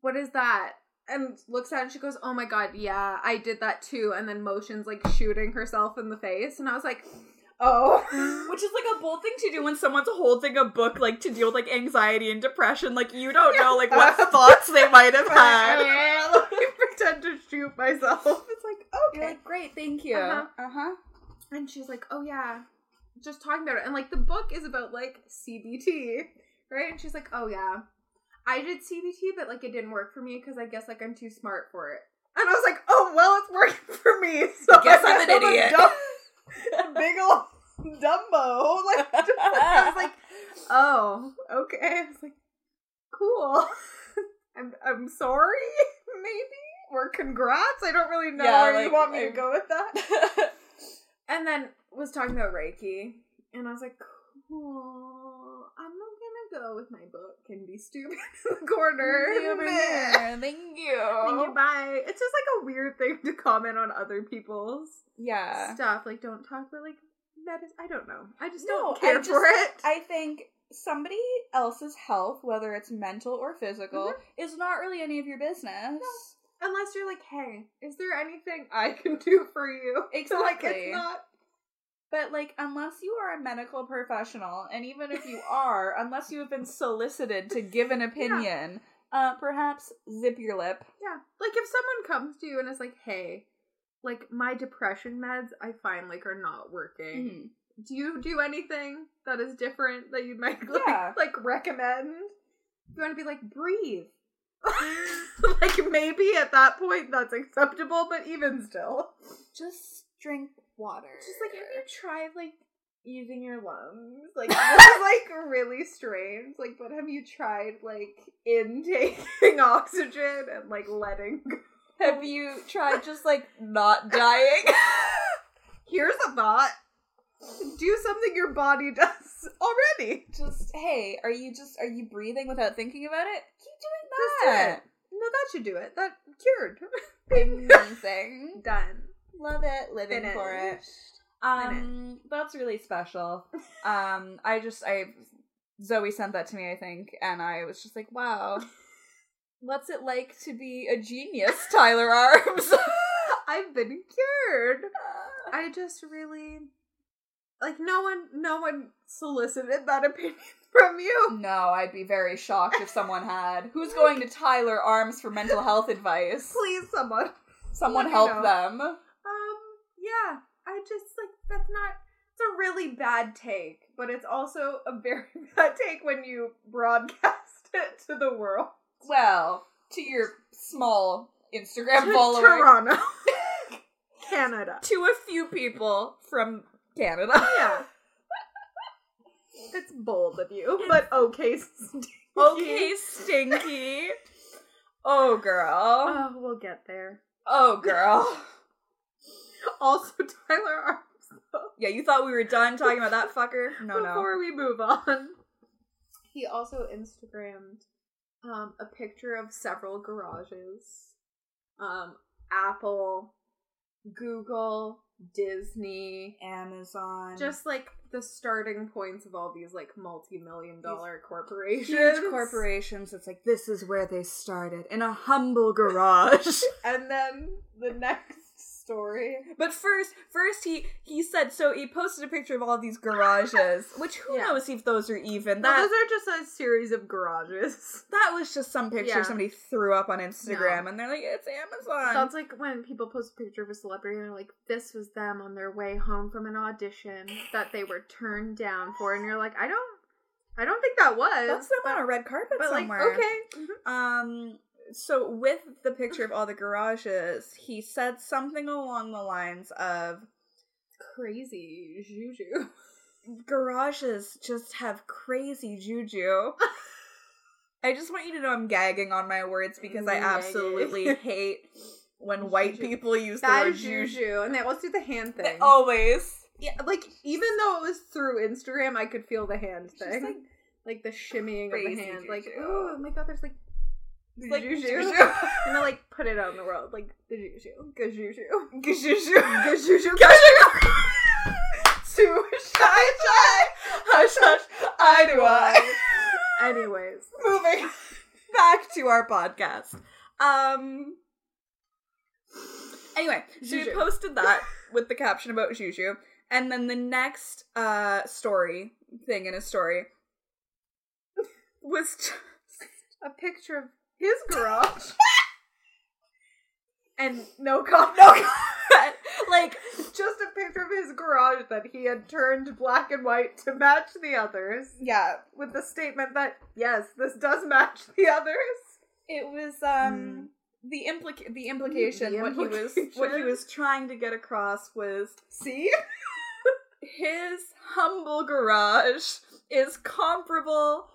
Speaker 3: what is that? And looks at it and she goes, oh my god, yeah, I did that too. And then motions like shooting herself in the face. And I was like, oh.
Speaker 2: Which is like a bold thing to do when someone's holding a book, like to deal with like anxiety and depression. Like, you don't know like what
Speaker 3: Yeah.
Speaker 2: thoughts they might have had.
Speaker 3: I pretend to shoot myself. It's like,
Speaker 2: You're
Speaker 3: okay.
Speaker 2: like, great, thank you.
Speaker 3: Uh-huh.
Speaker 2: uh-huh.
Speaker 3: And she's like, oh yeah, just talking about it. And like the book is about like CBT, right? And she's like, oh yeah, I did CBT, but like it didn't work for me because I guess like I'm too smart for it. And I was like, oh well, it's working for me. So
Speaker 2: Guess
Speaker 3: I
Speaker 2: I'm an
Speaker 3: guess
Speaker 2: idiot.
Speaker 3: dumb- big old Dumbo. Like I was like, oh okay. I was like, cool. I'm I'm sorry, maybe or congrats. I don't really know
Speaker 2: Yeah,
Speaker 3: where you
Speaker 2: like,
Speaker 3: want me to
Speaker 2: I'm-
Speaker 3: go with that and then was talking about Reiki, and I was like, cool. I'm not gonna go with my book and be stupid in the corner. Meh.
Speaker 2: Thank you.
Speaker 3: Thank you, bye. It's just like a weird thing to comment on other people's
Speaker 2: Yeah.
Speaker 3: stuff. Like, don't talk about like that is. I don't know. I just
Speaker 2: No,
Speaker 3: don't care
Speaker 2: I
Speaker 3: for it.
Speaker 2: I think somebody else's health, whether it's mental or physical,
Speaker 3: Mm-hmm.
Speaker 2: is not really any of your business.
Speaker 3: Unless you're like, hey, is there anything I can do for you? Like,
Speaker 2: Exactly.
Speaker 3: it's not.
Speaker 2: But like unless you are a medical professional, and even if you are, unless you have been solicited to give an opinion, uh perhaps zip your lip.
Speaker 3: Yeah. Like if someone comes to you and is like, "Hey, like my depression meds I find like are not
Speaker 2: Mm-hmm.
Speaker 3: working. Do you do anything that is different that you might like,
Speaker 2: Yeah.
Speaker 3: like recommend?" You want to be like, "Breathe." like maybe at that point that's acceptable, but even still.
Speaker 2: Just drink water.
Speaker 3: Just like, have you tried like using your lungs? Like this is like really strange. Like, but have you tried like intaking oxygen and like letting go?
Speaker 2: have you tried just like not dying?
Speaker 3: Here's a thought. Do something your body does already.
Speaker 2: just hey, are you just are you breathing without thinking about it? Keep doing
Speaker 3: Just do
Speaker 2: that.
Speaker 3: it. No, that should do it. That cured.
Speaker 2: Amazing.
Speaker 3: Done.
Speaker 2: Love it, living for it. Um, that's really special. Um, I just I Zoe sent that to me, I think, and I was just like, wow, what's it like to be a genius, Tyler Arms?
Speaker 3: I've been cured. I just really like no one no one solicited that opinion from you.
Speaker 2: no, I'd be very shocked if someone had. Who's going to Tyler Arms for mental health advice?
Speaker 3: Please someone.
Speaker 2: Someone
Speaker 3: let me
Speaker 2: help
Speaker 3: know.
Speaker 2: them.
Speaker 3: Um, yeah. I just like that's not it's a really bad take, but it's also a very bad take when you broadcast it to the world.
Speaker 2: Well, to your small Instagram
Speaker 3: To
Speaker 2: follower,
Speaker 3: Toronto. Canada.
Speaker 2: to a few people from Canada.
Speaker 3: Oh, Yeah. it's bold of you, but okay. stinky.
Speaker 2: Okay, stinky. Oh, girl.
Speaker 3: Oh, we'll get there.
Speaker 2: Oh, girl.
Speaker 3: Also, Tyler Arms
Speaker 2: Yeah, you thought we were done talking about that fucker? No, no.
Speaker 3: Before we move on, he also Instagrammed um, a picture of several garages um, Apple, Google, Disney,
Speaker 2: Amazon.
Speaker 3: just like the starting points of all these like multi million dollar corporations.
Speaker 2: huge corporations. It's like this is where they started in a humble garage.
Speaker 3: And then the next story.
Speaker 2: But first, first he he said so he posted a picture of all these garages, which who
Speaker 3: Yeah.
Speaker 2: knows if those are even.
Speaker 3: Well,
Speaker 2: That
Speaker 3: those are just a series of garages.
Speaker 2: that was just some picture
Speaker 3: Yeah.
Speaker 2: somebody threw up on Instagram, and they're like, it's Amazon.
Speaker 3: Sounds like when people post a picture of a celebrity and they're like, this was them on their way home from an audition that they were turned down for. And you're like, I don't, I don't think that was.
Speaker 2: That's them on a red carpet
Speaker 3: but like,
Speaker 2: somewhere.
Speaker 3: okay.
Speaker 2: Um. So with the picture of all the garages, he said something along the lines of,
Speaker 3: Crazy juju.
Speaker 2: "Garages just have crazy juju." I just want you to know I'm gagging on my words because I
Speaker 3: Gagging.
Speaker 2: absolutely hate when white
Speaker 3: Juju.
Speaker 2: people use the
Speaker 3: That
Speaker 2: word oh.
Speaker 3: is juju. And they always do the hand thing.
Speaker 2: Always.
Speaker 3: Yeah, like even though it was through Instagram, I could feel the hand
Speaker 2: It's just,
Speaker 3: thing, like,
Speaker 2: like,
Speaker 3: the shimmying of
Speaker 2: crazy
Speaker 3: the hand. Like,
Speaker 2: juju.
Speaker 3: oh my god, there's like the
Speaker 2: like
Speaker 3: juju,
Speaker 2: juju.
Speaker 3: and then like put it out in the world, like the juju, good juju,
Speaker 2: Juju.
Speaker 3: good juju,
Speaker 2: Two shy shy. Hush hush. I do I.
Speaker 3: Anyways,
Speaker 2: Moving back to our podcast. Um. Anyway, so we
Speaker 3: Juju.
Speaker 2: posted that with the caption about Juju, and then the next uh story thing in a story was just
Speaker 3: a picture of his garage and no comment.
Speaker 2: no God. like
Speaker 3: Just a picture of his garage that he had turned black and white to match the others.
Speaker 2: yeah
Speaker 3: with the statement that yes, this does match the others. Hmm.
Speaker 2: It was um the implica- the implication
Speaker 3: The
Speaker 2: what he was what he
Speaker 3: implication.
Speaker 2: was trying to get across was
Speaker 3: See,
Speaker 2: his humble garage is comparable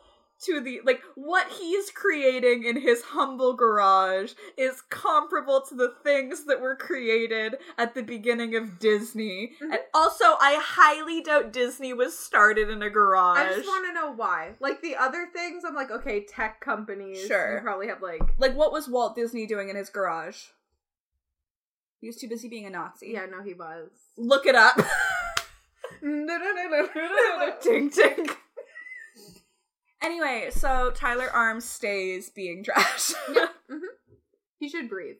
Speaker 2: to the like what he's creating in his humble garage is comparable to the things that were created at the beginning of Disney.
Speaker 3: Mhm.
Speaker 2: And also I highly doubt Disney was started in a garage.
Speaker 3: I just want to know why. Like the other things, I'm like, okay, tech companies,
Speaker 2: Sure.
Speaker 3: you probably have like,
Speaker 2: like what was Walt Disney doing in his garage? He was too busy being a Nazi.
Speaker 3: yeah, no, he was.
Speaker 2: Look it up.
Speaker 3: No, no, no, no, no, no.
Speaker 2: tink tink. Anyway, so Tyler Arms stays being trash.
Speaker 3: He should breathe.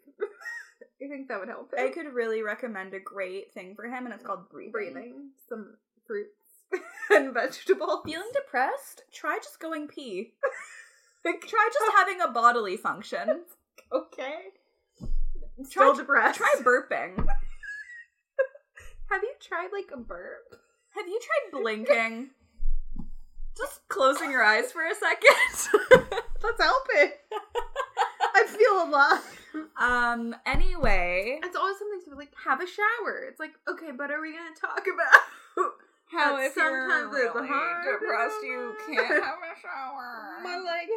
Speaker 3: I think that would help.
Speaker 2: I
Speaker 3: Him.
Speaker 2: could really recommend a great thing for him, and it's called breathing.
Speaker 3: Breathing some fruits and vegetables.
Speaker 2: Feeling depressed? Try just going pee. try just having a bodily function.
Speaker 3: Okay.
Speaker 2: Try-
Speaker 3: Still depressed.
Speaker 2: Try burping.
Speaker 3: Have you tried like a burp?
Speaker 2: Have you tried blinking? Just closing your eyes for a second.
Speaker 3: That's helping. I feel alive.
Speaker 2: um. Anyway,
Speaker 3: It's always something to like have a shower. It's like, okay, but are we gonna talk about
Speaker 2: how
Speaker 3: But
Speaker 2: if
Speaker 3: sometimes
Speaker 2: you're
Speaker 3: it's
Speaker 2: really
Speaker 3: hard.
Speaker 2: depressed, you can't have a shower.
Speaker 3: my leg?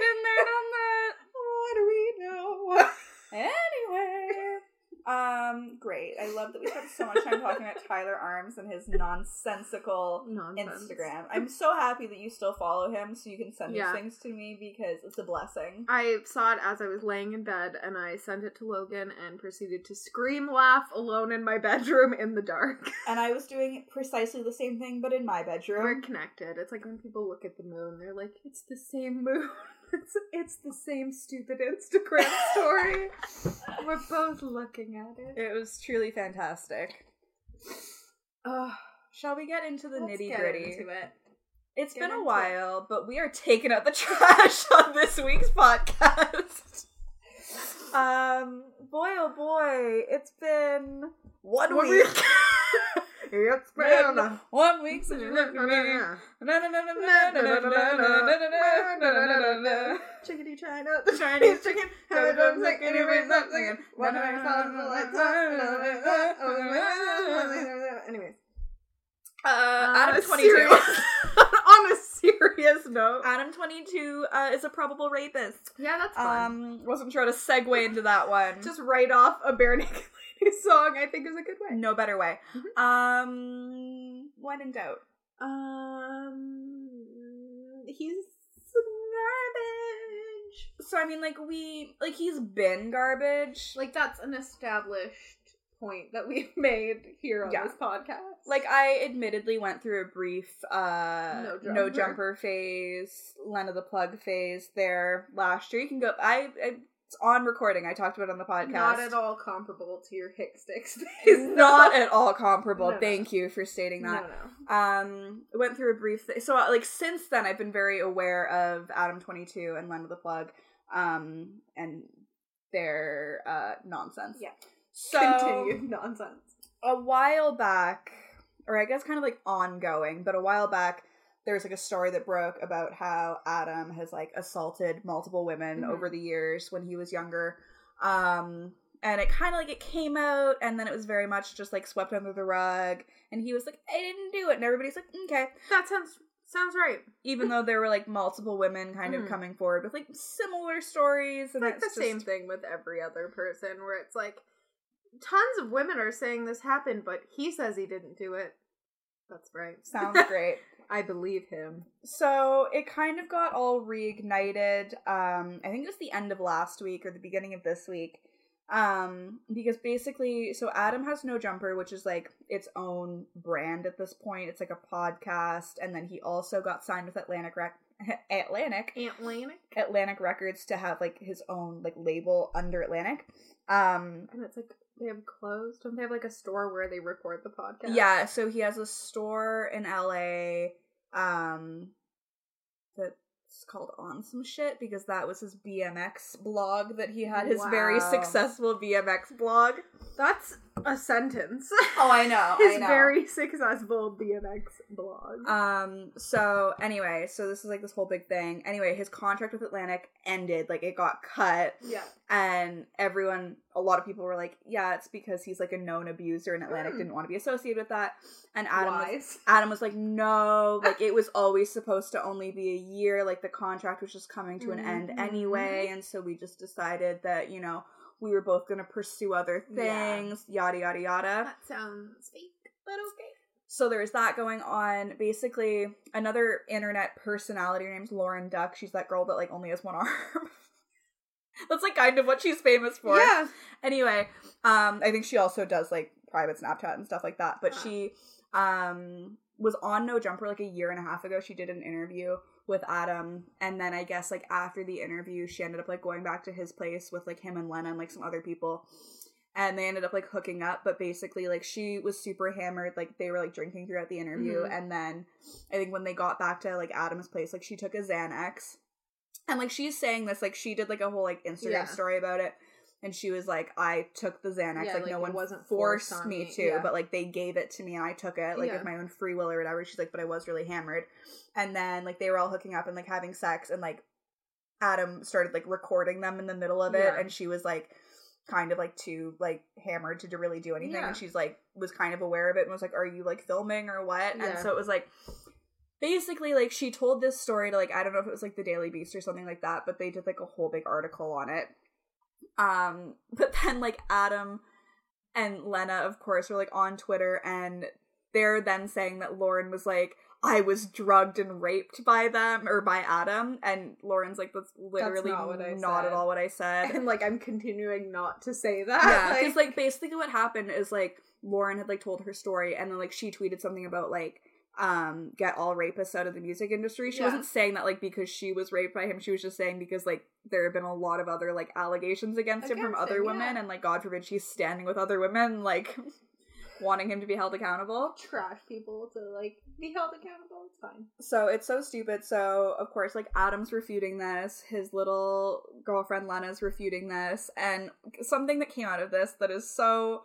Speaker 2: Been there, done that.
Speaker 3: What do we know?
Speaker 2: Anyway. Um, great. I love that we spent so much time talking about Tyler Arms and his nonsensical
Speaker 3: Nonsense.
Speaker 2: Instagram. I'm so happy that you still follow him so you can send
Speaker 3: Yeah.
Speaker 2: these things to me because it's a blessing.
Speaker 3: I saw it as I was laying in bed, and I sent it to Logan, and proceeded to scream, laugh alone in my bedroom in the dark.
Speaker 2: And I was doing precisely the same thing but in my
Speaker 3: We're
Speaker 2: bedroom.
Speaker 3: connected. It's like when people look at the moon, they're like, "It's the same moon. It's it's the same stupid Instagram story. We're both looking at it."
Speaker 2: It was truly fantastic. Ugh. shall we get into the
Speaker 3: Let's
Speaker 2: nitty
Speaker 3: get
Speaker 2: gritty?
Speaker 3: into it.
Speaker 2: It's
Speaker 3: Get
Speaker 2: been a
Speaker 3: into it.
Speaker 2: while, but we are taking out the trash on this week's podcast. Um, boy, oh boy, it's been one,
Speaker 3: One
Speaker 2: week.
Speaker 3: week. It's been
Speaker 2: one week since you left me. Na, na, na, na, na, na, na, na, na, na, na, na, na, na, na.
Speaker 3: Chickadee China.
Speaker 2: The Chinese chicken, how it don't sing, anyways, not singing. One of our songs, the lights up.
Speaker 3: Anyways.
Speaker 2: Uh, out
Speaker 3: On a
Speaker 2: of 22.
Speaker 3: Uh,
Speaker 2: Uh,
Speaker 3: serious- on a serious serious note.
Speaker 2: Adam 22 uh, is a probable rapist.
Speaker 3: Yeah, that's fun.
Speaker 2: Um, wasn't sure to segue into that one.
Speaker 3: Just write off a bare naked lady song. I think is a good way.
Speaker 2: no better way.
Speaker 3: Mhm.
Speaker 2: Um, when in doubt.
Speaker 3: Um, he's garbage.
Speaker 2: So I mean, like we, like he's been garbage.
Speaker 3: Like that's an established point that we've made here on
Speaker 2: Yeah.
Speaker 3: this podcast.
Speaker 2: like I admittedly went through a brief uh
Speaker 3: No
Speaker 2: no
Speaker 3: jumper.
Speaker 2: jumper, phase, Len of the plug phase there last year. You can go I, I it's on recording. I talked about it on the podcast.
Speaker 3: not at all comparable to your hick sticks.
Speaker 2: It's not at all comparable.
Speaker 3: No, no.
Speaker 2: Thank you for stating
Speaker 3: No,
Speaker 2: that.
Speaker 3: no.
Speaker 2: Um I went through a brief th- so uh, like since then I've been very aware of Adam 22 and Len of the plug um and their uh nonsense.
Speaker 3: Yeah.
Speaker 2: So
Speaker 3: Continue nonsense.
Speaker 2: a while back, or I guess kind of like ongoing, but a while back, there's like a story that broke about how Adam has like assaulted multiple women
Speaker 3: Mhm.
Speaker 2: over the years when he was younger. Um, and it kind of like it came out, and then it was very much just like swept under the rug. And he was like, I didn't do it. And everybody's like, okay.
Speaker 3: That sounds sounds right.
Speaker 2: Even though there were like multiple women kind
Speaker 3: Mhm.
Speaker 2: of coming forward with like similar stories. And
Speaker 3: like the
Speaker 2: it's just-
Speaker 3: same thing with every other person where it's like tons of women are saying this happened but he says he didn't do it that's right
Speaker 2: Sounds great.
Speaker 3: i believe him
Speaker 2: so it kind of got all reignited um i think it was the end of last week or the beginning of this week um because basically so adam has no jumper which is like its own brand at this point it's like a podcast and then he also got signed with atlantic Rec- atlantic
Speaker 3: atlantic
Speaker 2: atlantic records to have like his own like label under atlantic um
Speaker 3: and it's like they have clothes don't they have like a store where they record the podcast
Speaker 2: Yeah, so he has a store in LA um that's called On Some Shit because that was his BMX blog that he had his very
Speaker 3: Wow.
Speaker 2: successful BMX blog.
Speaker 3: that's a sentence
Speaker 2: Oh, I know.
Speaker 3: his very successful bmx blog
Speaker 2: um so anyway, so this is like this whole big thing. Anyway, his contract with Atlantic ended, like it got cut
Speaker 3: yeah
Speaker 2: and everyone a lot of people were like, yeah, it's because he's like a known abuser and Atlantic
Speaker 3: Mm.
Speaker 2: didn't want to be associated with that. And Adam was
Speaker 3: Wise.
Speaker 2: Adam was like, no, like it was always supposed to only be a year. Like the contract was just coming to an end
Speaker 3: Mhm.
Speaker 2: anyway. And so we just decided that, you know, we were both going to pursue other
Speaker 3: Yeah. Uh,
Speaker 2: things, yada, yada, yada.
Speaker 3: that sounds fake but okay
Speaker 2: So there was that going on. Basically, another internet personality, her name's Lauren Duck. She's that girl that like only has one arm. That's like kind of what she's famous for
Speaker 3: yeah
Speaker 2: anyway um Uh-huh. i think she also does like private snapchat and stuff like that but
Speaker 3: Huh.
Speaker 2: she um was on no jumper like a year and a half ago she did an interview with adam and then i guess like after the interview she ended up like going back to his place with like him and lena and like some other people and they ended up like hooking up but basically like she was super hammered like they were like drinking throughout the interview
Speaker 3: Mhm.
Speaker 2: and then i think when they got back to like adam's place like she took a xanax and like she's saying this like she did like a whole like instagram
Speaker 3: Yeah.
Speaker 2: story about it and she was like i took the xanax
Speaker 3: Yeah,
Speaker 2: like,
Speaker 3: like,
Speaker 2: no
Speaker 3: it
Speaker 2: one
Speaker 3: wasn't forced
Speaker 2: forced,
Speaker 3: on
Speaker 2: me
Speaker 3: me,
Speaker 2: to
Speaker 3: yeah.
Speaker 2: but like they gave it to me and i took it like
Speaker 3: Yeah.
Speaker 2: of my own free will or whatever she's like but i was really hammered and then like they were all hooking up and like having sex and like adam started like recording them in the middle of it
Speaker 3: Yeah.
Speaker 2: and she was like kind of like too like hammered to do- really do anything
Speaker 3: Yeah.
Speaker 2: and she's like was kind of aware of it and was like are you like filming or what
Speaker 3: Yeah.
Speaker 2: and so it was like basically like she told this story to like i don't know if it was like the daily beast or something like that but they did like a whole big article on it um but then like adam and lena of course were like on twitter and they're then saying that lauren was like i was drugged and raped by them or by adam and lauren's like that's literally
Speaker 3: not what I
Speaker 2: not
Speaker 3: said.
Speaker 2: at all what i said
Speaker 3: and like i'm continuing not to say that
Speaker 2: yeah, because like basically what happened is like Lauren had like told her story, and then like she tweeted something about like um get all rapists out of the music industry. She
Speaker 3: Yeah.
Speaker 2: wasn't saying that like because she was raped by him. She was just saying because like there have been a lot of other like allegations against, him from
Speaker 3: Against
Speaker 2: other
Speaker 3: him,
Speaker 2: women,
Speaker 3: yeah.
Speaker 2: and like God forbid she's standing with other women like wanting him to be held accountable.
Speaker 3: trash people to like be held accountable. It's fine.
Speaker 2: So it's so stupid. So of course, like Adam's refuting this, his little girlfriend Lena's refuting this, and something that came out of this that is so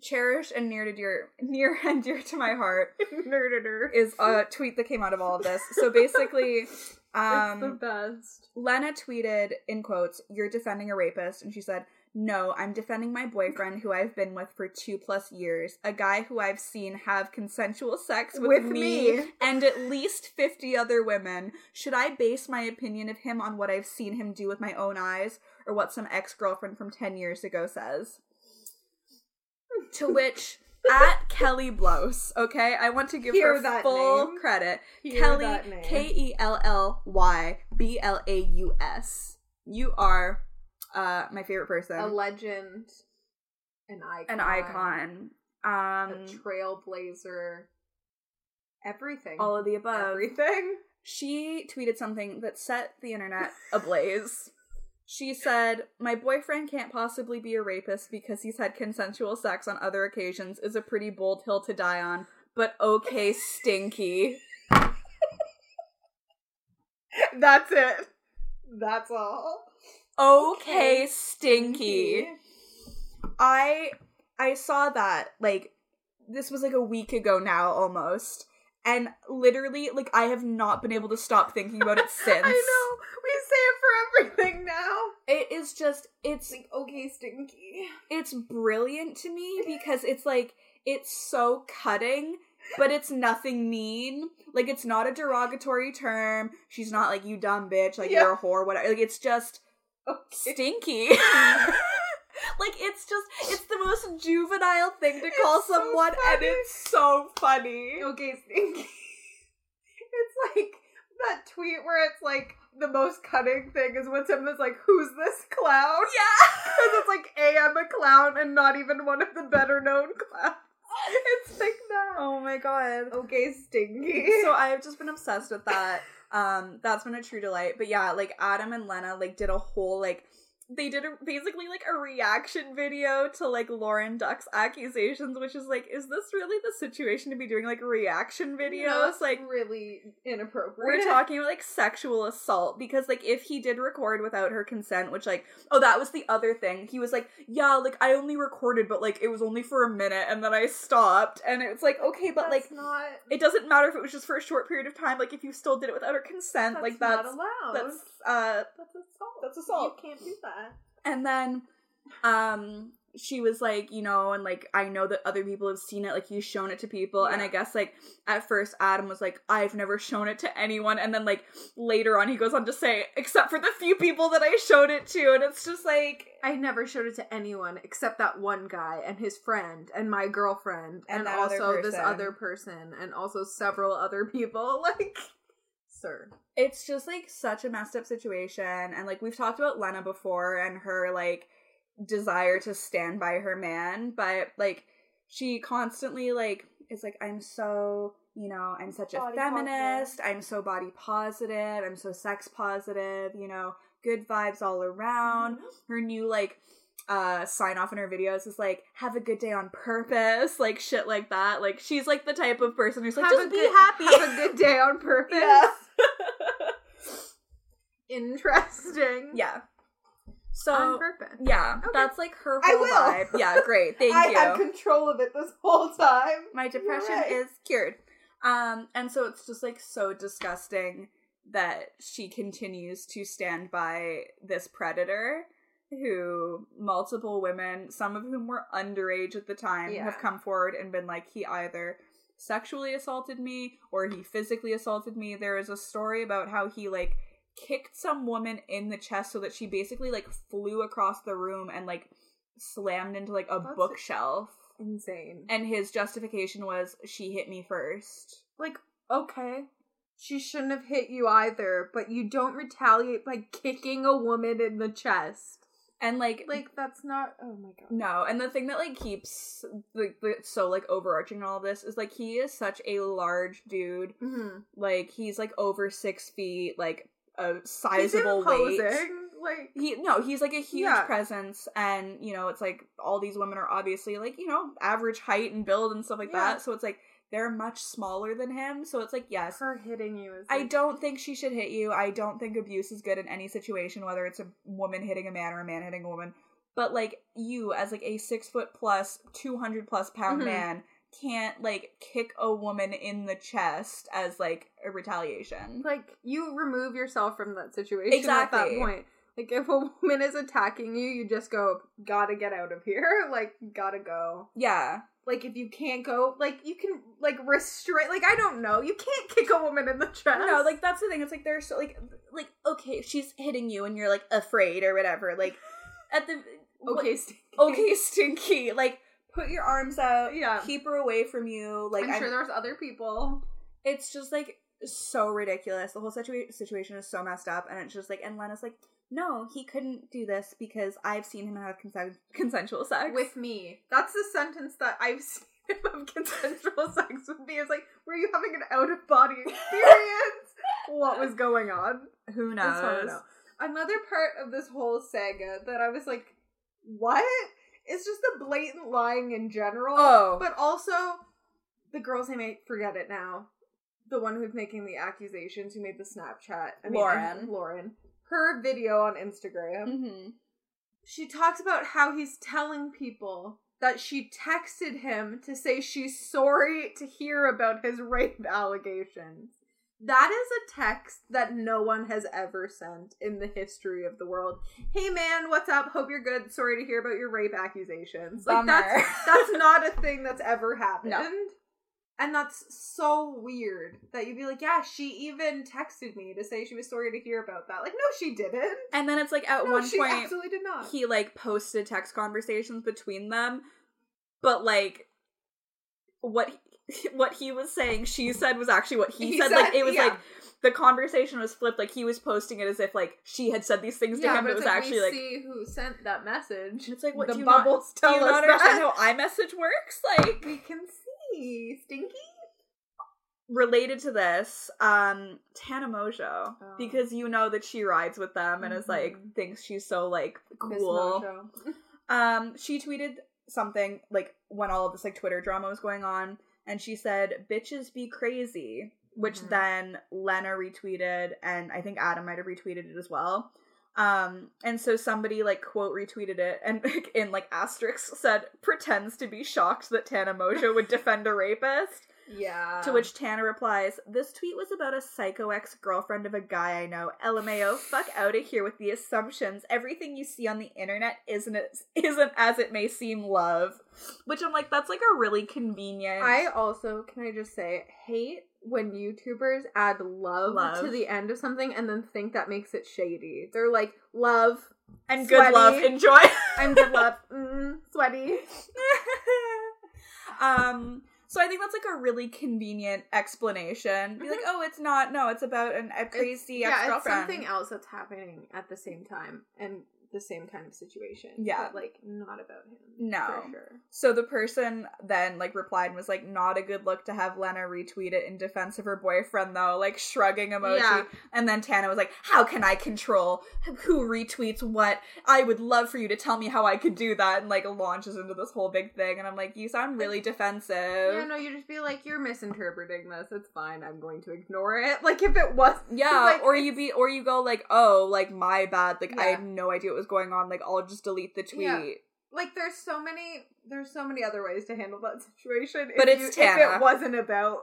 Speaker 2: cherished and near to dear, near and dear to my heart
Speaker 3: Nerdener.
Speaker 2: is a tweet that came out of all of this. So basically,
Speaker 3: It's the
Speaker 2: um,
Speaker 3: best.
Speaker 2: Lena tweeted in quotes, "You're defending a rapist," and she said, No, I'm defending my boyfriend who I've been with for two plus years, a guy who I've seen have consensual sex with,
Speaker 1: With
Speaker 2: me,
Speaker 1: me.
Speaker 2: and at least 50 other women. Should I base my opinion of him on what I've seen him do with my own eyes or what some ex girlfriend from 10 years ago says? to which, at Kelly Blows, okay, I want to give
Speaker 3: Hear
Speaker 2: her
Speaker 3: that
Speaker 2: full
Speaker 3: name.
Speaker 2: credit.
Speaker 3: Hear that
Speaker 2: Kelly
Speaker 3: name.
Speaker 2: K E L L Y B L A U S. You are uh my favorite person.
Speaker 3: a legend, an icon,
Speaker 2: An icon.
Speaker 3: a
Speaker 2: Um
Speaker 3: trailblazer, everything,
Speaker 2: all of the above.
Speaker 3: everything.
Speaker 2: She tweeted something that set the internet ablaze. She said, My boyfriend can't possibly be a rapist because he's had consensual sex on other occasions is a pretty bold hill to die on, but okay, stinky.
Speaker 3: That's it. That's all.
Speaker 2: Okay, stinky. I I saw that like this was like a week ago now almost. And literally, like I have not been able to stop thinking about it since.
Speaker 3: I know. We say it for everything now.
Speaker 2: It is just it's
Speaker 3: It's like okay, stinky.
Speaker 2: it's brilliant to me because it's like it's so cutting, but it's nothing mean. Like it's not a derogatory term. She's not like you dumb bitch, like
Speaker 3: Yeah.
Speaker 2: you're a whore, whatever. Like it's just
Speaker 3: Okay.
Speaker 2: stinky. like it's just it's the most juvenile thing to call
Speaker 3: It's so
Speaker 2: someone and
Speaker 3: funny.
Speaker 2: it's so funny.
Speaker 3: Okay, stinky. It's like that tweet where it's like the most cutting thing is when someone's like, "Who's this clown?"
Speaker 2: Yeah.
Speaker 3: Because it's like, "A, I'm a clown," and not even one of the better known clowns. It's like that.
Speaker 2: Oh my god.
Speaker 3: Okay, stinky.
Speaker 2: So I've just been obsessed with that. Um that's been a true delight. But yeah, like Adam and Lena like did a whole like they did a, basically like a reaction video to like Lauren Duck's accusations, which is like, is this really the situation to be doing like reaction videos?
Speaker 3: That's
Speaker 2: like
Speaker 3: really inappropriate.
Speaker 2: We're talking about like sexual assault because like if he did record without her consent, which like oh that was the other thing. He was like, yeah, like I only recorded, but like it was only for a minute and then I stopped and it's like okay, but like
Speaker 3: That's not
Speaker 2: it doesn't matter if it was just for a short period of time. Like if you still did it without her consent, like that's
Speaker 3: not allowed.
Speaker 2: that's uh
Speaker 3: That's assault.
Speaker 2: That's assault.
Speaker 3: You can't do that.
Speaker 2: and then um she was like you know and like i know that other people have seen it like you've shown it to people and
Speaker 3: Yeah.
Speaker 2: i guess like at first adam was like i've never shown it to anyone and then like later on he goes on to say except for the few people that i showed it to and it's just like
Speaker 3: I never showed it to anyone except that one guy and his friend and my girlfriend
Speaker 2: And
Speaker 3: and,
Speaker 2: that other
Speaker 3: also this
Speaker 2: person.
Speaker 3: other person and also several other people. Like, sir.
Speaker 2: it's just like such a messed up situation and like we've talked about lena before and her like desire to stand by her man but like she constantly like is like i'm so you know i'm such a
Speaker 3: Body
Speaker 2: feminist i'm so body positive i'm so sex positive you know good vibes all around
Speaker 3: Mm-hmm.
Speaker 2: her new like uh sign off in her videos is like have a good day on purpose like shit like that like she's like the type of person who's like
Speaker 3: Have
Speaker 2: just
Speaker 3: a
Speaker 2: be
Speaker 3: good-
Speaker 2: happy
Speaker 3: Have a good day on purpose.
Speaker 2: Yeah.
Speaker 3: Interesting.
Speaker 2: yeah so
Speaker 3: On purpose.
Speaker 2: Yeah,
Speaker 3: Okay.
Speaker 2: that's like her
Speaker 3: I
Speaker 2: whole
Speaker 3: will.
Speaker 2: vibe. Yeah, great. Thank you.
Speaker 3: control of it this whole time.
Speaker 2: My depression
Speaker 3: right.
Speaker 2: is cured. Um, and so it's just like so disgusting that she continues to stand by this predator who multiple women, some of whom were underage at the time,
Speaker 3: Yeah.
Speaker 2: have come forward and been like, he either sexually assaulted me or he physically assaulted me. There is a story about how he like kicked some woman in the chest so that she basically like flew across the room and like slammed into like a
Speaker 3: That's-
Speaker 2: bookshelf.
Speaker 3: Insane.
Speaker 2: And his justification was she hit me first.
Speaker 3: like, okay. She shouldn't have hit you either, but you don't retaliate by kicking a woman in the chest.
Speaker 2: And like
Speaker 3: Like, that's not. Oh my god.
Speaker 2: no, and the thing that like keeps like that's so like overarching in all of this is like he is such a large dude.
Speaker 3: Mm-hmm.
Speaker 2: Like he's like over six feet, like a sizable weight.
Speaker 3: Like,
Speaker 2: He no, he's like a huge
Speaker 3: Yeah.
Speaker 2: presence, and you know it's like all these women are obviously like you know average height and build and stuff like
Speaker 3: Yeah.
Speaker 2: that. So it's like they're much smaller than him. So it's like yes,
Speaker 3: her hitting you is.
Speaker 2: I
Speaker 3: like-
Speaker 2: don't think she should hit you. I don't think abuse is good in any situation, whether it's a woman hitting a man or a man hitting a woman. But like you, as like a six foot plus, two hundred plus pound
Speaker 3: Mhm.
Speaker 2: man, can't like kick a woman in the chest as like a retaliation.
Speaker 3: Like, you remove yourself from that situation at that
Speaker 2: Exactly.
Speaker 3: point. Like if a woman is attacking you, you just go, gotta get out of here. Like, gotta go.
Speaker 2: Yeah.
Speaker 3: Like if you can't go, like you can like restrain. Like I don't know, you can't kick a woman in the chest.
Speaker 2: No, like that's the thing. It's like there's so like like okay, she's hitting you and you're like afraid or whatever. Like at the
Speaker 3: okay, Steve.
Speaker 2: okay, stinky. Like put your arms out.
Speaker 3: Yeah.
Speaker 2: Keep her away from you. Like
Speaker 3: I'm
Speaker 2: I'm-
Speaker 3: sure there's other people.
Speaker 2: it's just like so ridiculous. The whole situa- situation is so messed up, and it's just like and Lena's like, no, he couldn't do this because I've seen him have consen- consensual sex
Speaker 3: with me. That's the sentence that I've seen of consensual sex with me. It's like, were you having an out of body experience? what was going on?
Speaker 2: Who
Speaker 3: It's hard to
Speaker 2: knows?
Speaker 3: know. Another part of this whole saga that I was like, what? It's just the blatant lying in general.
Speaker 2: Oh.
Speaker 3: But also, the girl's name, I forget it now. The one who's making the accusations, who made the Snapchat. I mean,
Speaker 2: Lauren.
Speaker 3: Lauren. Her video on Instagram
Speaker 2: Mm-hmm.
Speaker 3: she talks about how he's telling people that she texted him to say she's sorry to hear about his rape allegations. That is a text that no one has ever sent in the history of the world. Hey man, what's up? Hope you're good. Sorry to hear about your rape accusations. Like that's that's not a thing that's ever happened. And that's so weird that you'd be like, yeah, she even texted me to say she was sorry to hear about that. Like, no, she didn't.
Speaker 2: and then it's like at
Speaker 3: no,
Speaker 2: one
Speaker 3: she
Speaker 2: point
Speaker 3: absolutely did not.
Speaker 2: he like posted text conversations between them but like what he, what he was saying she said was actually what he,
Speaker 3: He
Speaker 2: said.
Speaker 3: said-
Speaker 2: like it was
Speaker 3: yeah.
Speaker 2: like the conversation was flipped like he was posting it as if like she had said these things to him but it was actually
Speaker 3: we
Speaker 2: like
Speaker 3: see who sent that message.
Speaker 2: it's like what
Speaker 3: the
Speaker 2: do you
Speaker 3: bubbles
Speaker 2: not, do
Speaker 3: tell
Speaker 2: you
Speaker 3: us
Speaker 2: not understand
Speaker 3: that.
Speaker 2: how iMessage works like
Speaker 3: We can see Stinky.
Speaker 2: related to this, um, Tana Mojo,
Speaker 3: Oh.
Speaker 2: because you know that she rides with them and is like
Speaker 3: Mhm.
Speaker 2: thinks she's so like
Speaker 3: Miss
Speaker 2: cool.
Speaker 3: Mojo.
Speaker 2: Um, she tweeted something like when all of this like Twitter drama was going on, and she said, "Bitches be crazy," which
Speaker 3: Mhm.
Speaker 2: then Lena retweeted, and I think Adam might have retweeted it as well. Um, and so somebody like quote retweeted it and in like asterisks said pretends to be shocked that Tana Mojo would defend a rapist.
Speaker 3: Yeah.
Speaker 2: To which Tana replies, This tweet was about a psycho ex girlfriend of a guy I know. LMAO, fuck out of here with the assumptions. Everything you see on the internet isn't as, isn't as it may seem love. Which I'm like, that's like a really convenient.
Speaker 3: I also can I just say hate when YouTubers add love,
Speaker 2: Love.
Speaker 3: to the end of something and then think that makes it shady. They're like love.
Speaker 2: and good love,
Speaker 3: sweaty.
Speaker 2: enjoy.
Speaker 3: I'm good love. Mm, sweaty.
Speaker 2: um, so I think that's like a really convenient explanation. Be like, oh, it's not. No, it's about an a crazy ex
Speaker 3: yeah, Mm-hmm. it's
Speaker 2: girlfriend.
Speaker 3: something else that's happening at the same time and the same kind of situation.
Speaker 2: Yeah.
Speaker 3: but, like not about him.
Speaker 2: No.
Speaker 3: for sure.
Speaker 2: So the person then like replied and was like, not a good look to have Lena retweet it in defense of her boyfriend though, like shrugging emoji.
Speaker 3: Yeah.
Speaker 2: And then Tana was like, How can I control who retweets what? I would love for you to tell me how I could do that and like launches into this whole big thing and I'm like, You sound really defensive.
Speaker 3: Yeah, no, you just be like, you're misinterpreting this. It's fine. I'm going to ignore it. Like if it was,
Speaker 2: Yeah,
Speaker 3: Like,
Speaker 2: or you be or you go like, Oh, like my bad, like I
Speaker 3: Yeah.
Speaker 2: had no idea what was going on, like I'll just delete the tweet.
Speaker 3: Yeah. like there's so many, there's so many other ways to handle that situation.
Speaker 2: But
Speaker 3: if
Speaker 2: it's
Speaker 3: you- If
Speaker 2: Tana.
Speaker 3: it wasn't about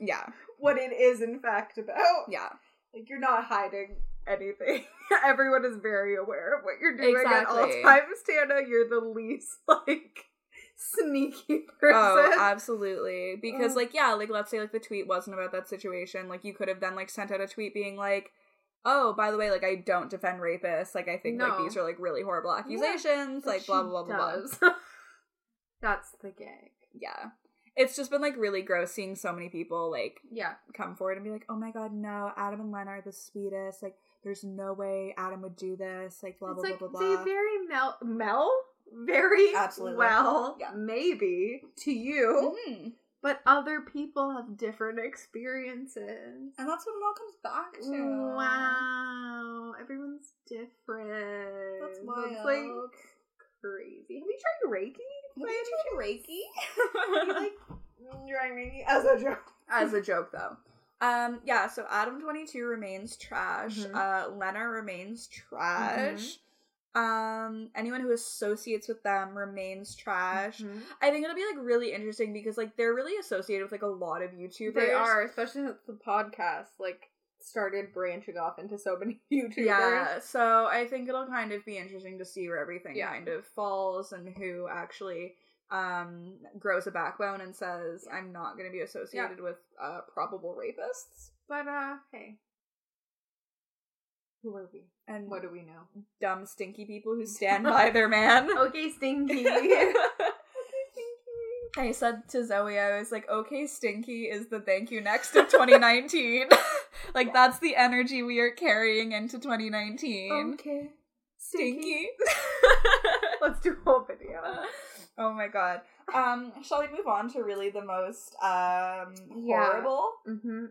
Speaker 2: Yeah.
Speaker 3: what it is in fact about,
Speaker 2: Yeah.
Speaker 3: like you're not hiding anything. Everyone is very aware of what you're doing
Speaker 2: Exactly.
Speaker 3: at all times. Tana, you're the least like sneaky person.
Speaker 2: Oh, absolutely. Because
Speaker 3: Ugh.
Speaker 2: like yeah, like let's say like the tweet wasn't about that situation, like you could have then like sent out a tweet being like, "Oh, by the way, like I don't defend rapists. Like I think like
Speaker 3: No.
Speaker 2: these are like really horrible
Speaker 3: Yeah,
Speaker 2: accusations,
Speaker 3: But
Speaker 2: like blah
Speaker 3: she
Speaker 2: blah blah blah." blah.
Speaker 3: does. That's the gag.
Speaker 2: Yeah. It's just been like really gross seeing so many people like
Speaker 3: Yeah.
Speaker 2: come forward and be like, "Oh my god, no, Adam and Len are the sweetest. Like there's no way Adam would do this." Like blah
Speaker 3: it's
Speaker 2: blah
Speaker 3: like
Speaker 2: blah blah
Speaker 3: they
Speaker 2: blah.
Speaker 3: very mel mel very
Speaker 2: Absolutely.
Speaker 3: well
Speaker 2: Yeah.
Speaker 3: maybe to you
Speaker 2: Mhm.
Speaker 3: but other people have different experiences
Speaker 2: And that's what it all comes back to.
Speaker 3: wow everyone's different
Speaker 2: That's
Speaker 3: it's
Speaker 2: wild.
Speaker 3: like crazy have you tried reiki
Speaker 2: Have you tried mm,
Speaker 3: You
Speaker 2: Reiki?
Speaker 3: like trying reiki as a joke
Speaker 2: as a joke though. Um yeah, so Adam 22 remains trash.
Speaker 3: Mhm.
Speaker 2: Uh Lena remains trash.
Speaker 3: Mm-hmm.
Speaker 2: Um anyone who associates with them remains trash.
Speaker 3: Mm-hmm.
Speaker 2: I think it'll be like really interesting because like they're really associated with like a lot of YouTubers.
Speaker 3: they are especially since the podcast like started branching off into so many YouTubers.
Speaker 2: Yeah, so I think it'll kind of be interesting to see where everything
Speaker 3: Yeah.
Speaker 2: kind of falls and who actually um grows a backbone and says I'm not going to be associated with uh probable rapists
Speaker 3: But uh hey. Who are we?
Speaker 2: and
Speaker 3: What do we know?
Speaker 2: dumb stinky people who stand by their man.
Speaker 3: Okay, Stinky.
Speaker 2: I said to Zoe, I was like, okay, Stinky is the thank you next of 2019. like, that's the energy we are carrying into 2019.
Speaker 3: okay.
Speaker 2: stinky.
Speaker 3: Let's do a whole video.
Speaker 2: oh my god. Um, shall we move on to really the most um
Speaker 3: Yeah.
Speaker 2: horrible?
Speaker 3: Mm-hmm.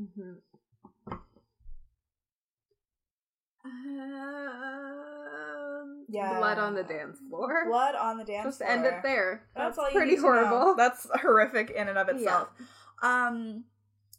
Speaker 3: Mm-hmm. Um,
Speaker 2: Yeah.
Speaker 3: Blood on the dance floor.
Speaker 2: Blood on the dance
Speaker 3: Just
Speaker 2: floor.
Speaker 3: end it there.
Speaker 2: That's, all you
Speaker 3: pretty
Speaker 2: need to know.
Speaker 3: horrible.
Speaker 2: That's horrific in and of
Speaker 3: Yeah.
Speaker 2: itself. Um,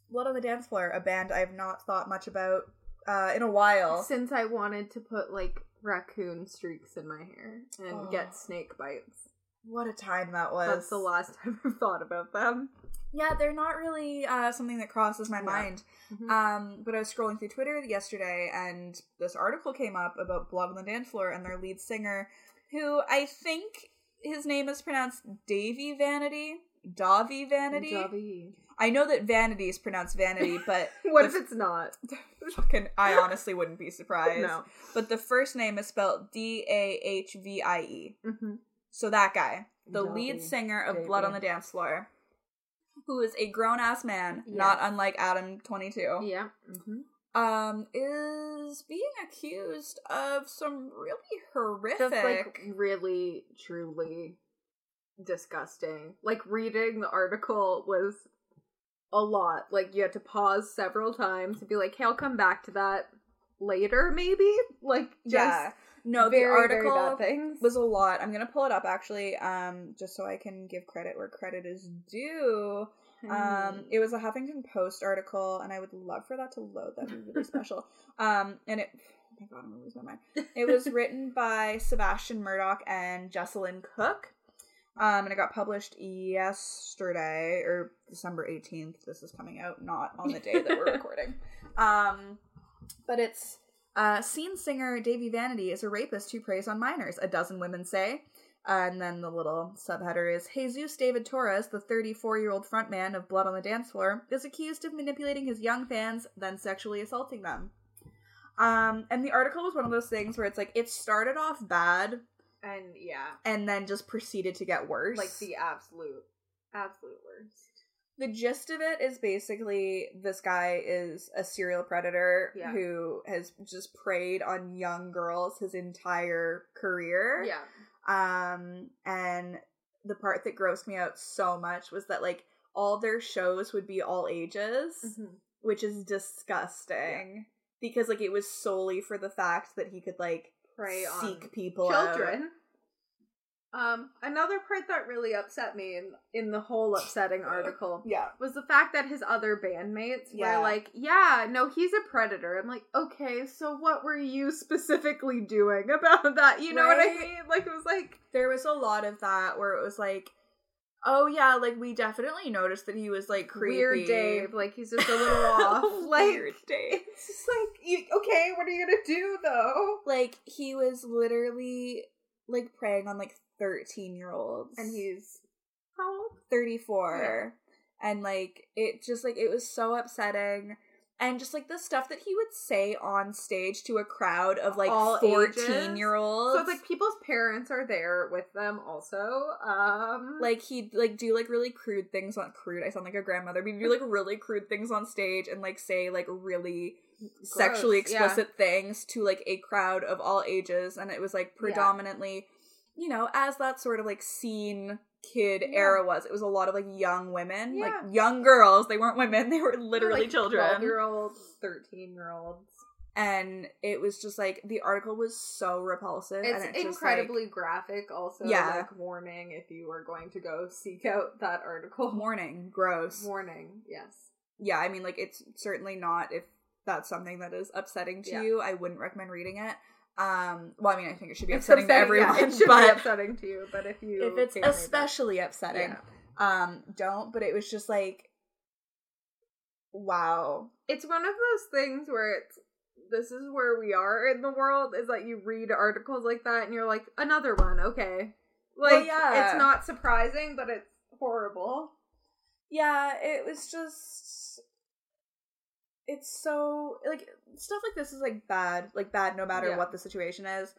Speaker 2: Blood on the Dance Floor, a band I've not thought much about uh, in a while.
Speaker 3: Since I wanted to put like raccoon streaks in my hair and
Speaker 2: Oh.
Speaker 3: get snake bites.
Speaker 2: What a time that was.
Speaker 3: That's the last time I've thought about them.
Speaker 2: Yeah, they're not really uh, something that crosses my
Speaker 3: Yeah.
Speaker 2: mind.
Speaker 3: Mhm.
Speaker 2: Um, but I was scrolling through Twitter yesterday, and this article came up about Blood on the Dance Floor and their lead singer, who I think his name is pronounced Davy Vanity, Davi Vanity.
Speaker 3: Dobby.
Speaker 2: I know that Vanity is pronounced Vanity, but
Speaker 3: What if it's not?
Speaker 2: fucking, I honestly wouldn't be surprised.
Speaker 3: No.
Speaker 2: But the first name is spelled D A H V I E.
Speaker 3: Mm-hmm.
Speaker 2: So that guy, the
Speaker 3: Dobby.
Speaker 2: lead singer of
Speaker 3: Davey.
Speaker 2: Blood on the Dance Floor, who is a grown ass man,
Speaker 3: Yeah.
Speaker 2: not unlike Adam 22,
Speaker 3: Yeah. Mm-hmm.
Speaker 2: um, is being accused of some really horrific.
Speaker 3: Just like really, truly disgusting. Like reading the article was a lot. Like you had to pause several times and be like, "Hey, I'll come back to that later, maybe." Like just
Speaker 2: yeah. No,
Speaker 3: very,
Speaker 2: the
Speaker 3: very
Speaker 2: article
Speaker 3: bad things.
Speaker 2: was a lot. I'm going to pull it up actually, um, just so I can give credit where credit is due.
Speaker 3: Hmm.
Speaker 2: Um,
Speaker 3: Mm.
Speaker 2: it was a Huffington Post article, and I would love for that to load. That'd be really special. Um, and it, oh my god, I'm gonna lose my mind. It was written by Sebastian Murdoch and Jesselyn Cook, um, and it got published yesterday or December 18th. This is coming out not on the day that we're recording. Um, but it's uh, scene singer Davy Vanity is a rapist who preys on minors. A dozen women say. Uh, And then the little subheader is Jesus David Torres, the 34 year old frontman of Blood on the Dance Floor, is accused of manipulating his young fans, then sexually assaulting them. Um, and the article was one of those things where it's like it started off bad
Speaker 3: and yeah,
Speaker 2: and then just proceeded to get worse.
Speaker 3: like the absolute, absolute worst.
Speaker 2: the gist of it is basically this guy is a serial predator
Speaker 3: Yeah.
Speaker 2: who has just preyed on young girls his entire career.
Speaker 3: Yeah.
Speaker 2: Um, and the part that grossed me out so much was that like all their shows would be all ages,
Speaker 3: Mm-hmm.
Speaker 2: which is disgusting because like it was solely for the fact that he could like
Speaker 3: Prey
Speaker 2: seek
Speaker 3: on
Speaker 2: people out.
Speaker 3: children. Um, another part that really upset me in, in the whole upsetting article
Speaker 2: Yeah,
Speaker 3: was the fact that his other bandmates
Speaker 2: Yeah.
Speaker 3: were like, "Yeah, no, he's a predator." I'm like, "Okay, so what were you specifically doing about that?" You know what I
Speaker 2: Right?
Speaker 3: mean? Like it was like,
Speaker 2: there was a lot of that where it was like, oh yeah, like we definitely noticed that he was like creepy.
Speaker 3: weird Dave, like he's just a little off. Like
Speaker 2: Weird Dave.
Speaker 3: it's just like, you, okay, what are you gonna do though?
Speaker 2: Like he was literally like preying on like thirteen year olds,
Speaker 3: And he's how old?
Speaker 2: 34 and like it just like it was so upsetting and just like the stuff that he would say on stage to a crowd of like
Speaker 3: All
Speaker 2: 14
Speaker 3: ages?
Speaker 2: year olds
Speaker 3: So it's like people's parents are there with them also. Um
Speaker 2: like he'd like do like really crude things on crude i sound like a grandmother but he'd do like really crude things on stage and like say like really
Speaker 3: gross,
Speaker 2: sexually
Speaker 3: yeah.
Speaker 2: explicit things to like a crowd of all ages and it was like predominantly you know as that sort of like scene kid
Speaker 3: Yeah.
Speaker 2: era was it was a lot of like young women
Speaker 3: Yeah.
Speaker 2: like young girls they weren't women they were literally children
Speaker 3: year olds, thirteen year olds.
Speaker 2: and it was just like the article was so repulsive
Speaker 3: It's
Speaker 2: and just, like,
Speaker 3: incredibly graphic also.
Speaker 2: Yeah.
Speaker 3: Like warning if you are going to go seek out that article.
Speaker 2: warning gross
Speaker 3: Warning, yes.
Speaker 2: yeah i mean like it's certainly not if that's something that is upsetting to
Speaker 3: Yeah.
Speaker 2: you i wouldn't recommend reading it um well i mean i think it should be
Speaker 3: It's
Speaker 2: upsetting, to
Speaker 3: yeah,
Speaker 2: everyone
Speaker 3: it should be
Speaker 2: but
Speaker 3: upsetting to you, but if you
Speaker 2: if it's
Speaker 3: can't read that-
Speaker 2: especially upsetting
Speaker 3: Yeah.
Speaker 2: um don't but it was just like Wow.
Speaker 3: It's one of those things where it's this is where we are in the world is that you read articles like that and you're like another one, okay. Like
Speaker 2: Well, yeah.
Speaker 3: it's not surprising, but it's horrible.
Speaker 2: Yeah, it was just it's so like stuff like this is like bad, like bad no matter
Speaker 3: Yeah.
Speaker 2: what the situation is.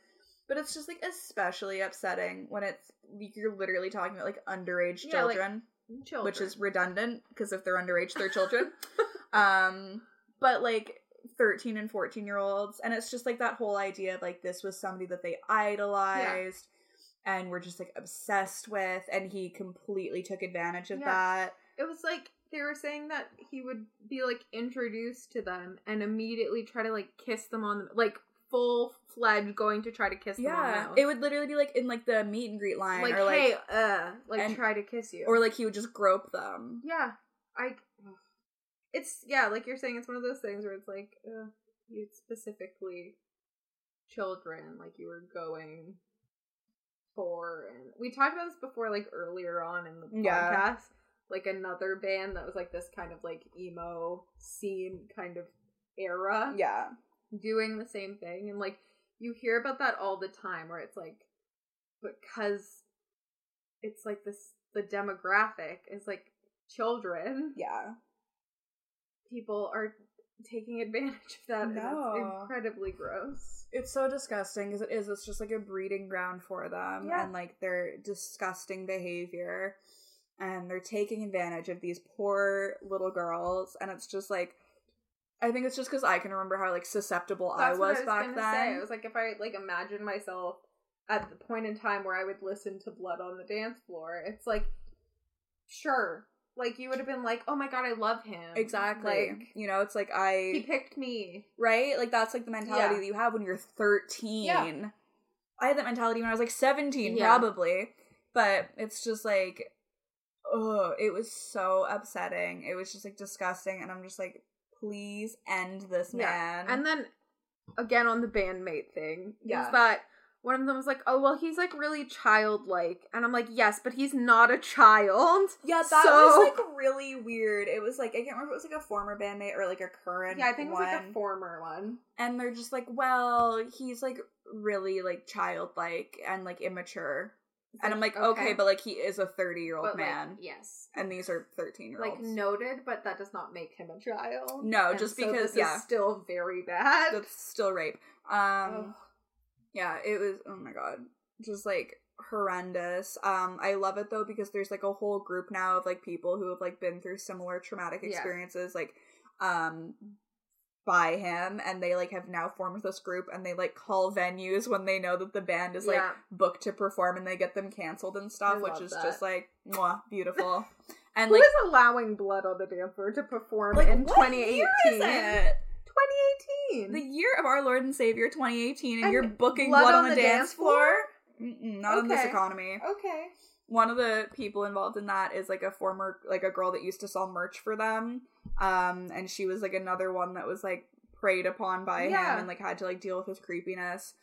Speaker 2: But it's just like especially upsetting when it's you're literally talking about like underage
Speaker 3: Yeah, like,
Speaker 2: children.
Speaker 3: Children.
Speaker 2: which is redundant because if they're underage, they're children. um, but like 13 and 14 year olds, and it's just like that whole idea of like this was somebody that they idolized and were just like obsessed with, and he completely took advantage of
Speaker 3: Yeah.
Speaker 2: that.
Speaker 3: it was like they were saying that he would be like introduced to them and immediately try to like kiss them on the like full fledged going to try to kiss them on the
Speaker 2: Yeah,
Speaker 3: mouth.
Speaker 2: it would literally be like in like the meet and greet line,
Speaker 3: like,
Speaker 2: or like,
Speaker 3: hey, uh, like
Speaker 2: and-
Speaker 3: try to kiss you,
Speaker 2: or like he would just grope them.
Speaker 3: Um, yeah, I. It's yeah, like you're saying, it's one of those things where it's like uh, you specifically children, like you were going for, and we talked about this before, like earlier on in the podcast.
Speaker 2: Yeah.
Speaker 3: Like another band that was like this kind of like emo scene kind of era
Speaker 2: Yeah,
Speaker 3: doing the same thing and like you hear about that all the time where it's like because it's like this the demographic is like children
Speaker 2: yeah,
Speaker 3: people are taking advantage of that and it's
Speaker 2: No.
Speaker 3: incredibly gross
Speaker 2: it's so disgusting because it is. It's just like a breeding ground for them
Speaker 3: Yeah.
Speaker 2: and like their disgusting behavior. And they're taking advantage of these poor little girls. And it's just like, I think it's just because I can remember how like susceptible I
Speaker 3: what
Speaker 2: was, back
Speaker 3: say.
Speaker 2: then.
Speaker 3: it was like if i like imagine myself at the point in time where i would listen to blood on the dance floor it's like sure like you would have been like oh my god i love him
Speaker 2: exactly.
Speaker 3: like,
Speaker 2: you know, it's like I.
Speaker 3: he picked me
Speaker 2: right? Like that's like the mentality
Speaker 3: Yeah.
Speaker 2: that you have when you're 13.
Speaker 3: Yeah.
Speaker 2: I had that mentality when I was like 17
Speaker 3: Yeah.
Speaker 2: probably, but it's just like oh, it was so upsetting. It was just like disgusting and I'm just like please end this
Speaker 3: Yeah.
Speaker 2: man.
Speaker 3: And then again on the bandmate thing,
Speaker 2: Yeah.
Speaker 3: is that one of them was like, "Oh well, he's like really childlike," and I'm like, "Yes, but he's not a child."
Speaker 2: yeah, that
Speaker 3: so-
Speaker 2: was like really weird. It was like I can't remember if it was like a former bandmate or like a current
Speaker 3: yeah, I think it was like a
Speaker 2: one.
Speaker 3: former one.
Speaker 2: and they're just like, well, he's like really like childlike and like immature.
Speaker 3: It's
Speaker 2: And I'm like, okay, but like he is a 30 year old
Speaker 3: But, like,
Speaker 2: man.
Speaker 3: yes,
Speaker 2: and these are 13 year
Speaker 3: like
Speaker 2: olds.
Speaker 3: noted, but that does not make him a child.
Speaker 2: No, just because-
Speaker 3: this
Speaker 2: yeah.
Speaker 3: is still very bad.
Speaker 2: that's still rape. Um,
Speaker 3: Ugh.
Speaker 2: yeah, it was. Oh my god, just like horrendous. Um, I love it though because there's like a whole group now of like people who have like been through similar traumatic
Speaker 3: Yeah.
Speaker 2: experiences, like, um, by him, and they like have now formed this group, and they like call venues when they know that the band is like
Speaker 3: Yeah.
Speaker 2: booked to perform, and they get them canceled and stuff,
Speaker 3: I
Speaker 2: which
Speaker 3: love
Speaker 2: is
Speaker 3: that.
Speaker 2: just like mwah, beautiful. And
Speaker 3: Who
Speaker 2: like,
Speaker 3: is allowing blood on the dance floor to perform
Speaker 2: like
Speaker 3: in
Speaker 2: what year
Speaker 3: 2018?
Speaker 2: is it?
Speaker 3: 2018.
Speaker 2: the year of our Lord and Savior 2018, and,
Speaker 3: And
Speaker 2: you're booking
Speaker 3: blood
Speaker 2: blood, on, the, dance floor? Mm-mm, not in this
Speaker 3: Okay.
Speaker 2: economy.
Speaker 3: okay.
Speaker 2: One of the people involved in that is like a former, like a girl that used to sell merch for them, um, and she was like another one that was like preyed upon by
Speaker 3: Yeah.
Speaker 2: him and like had to like deal with his creepiness.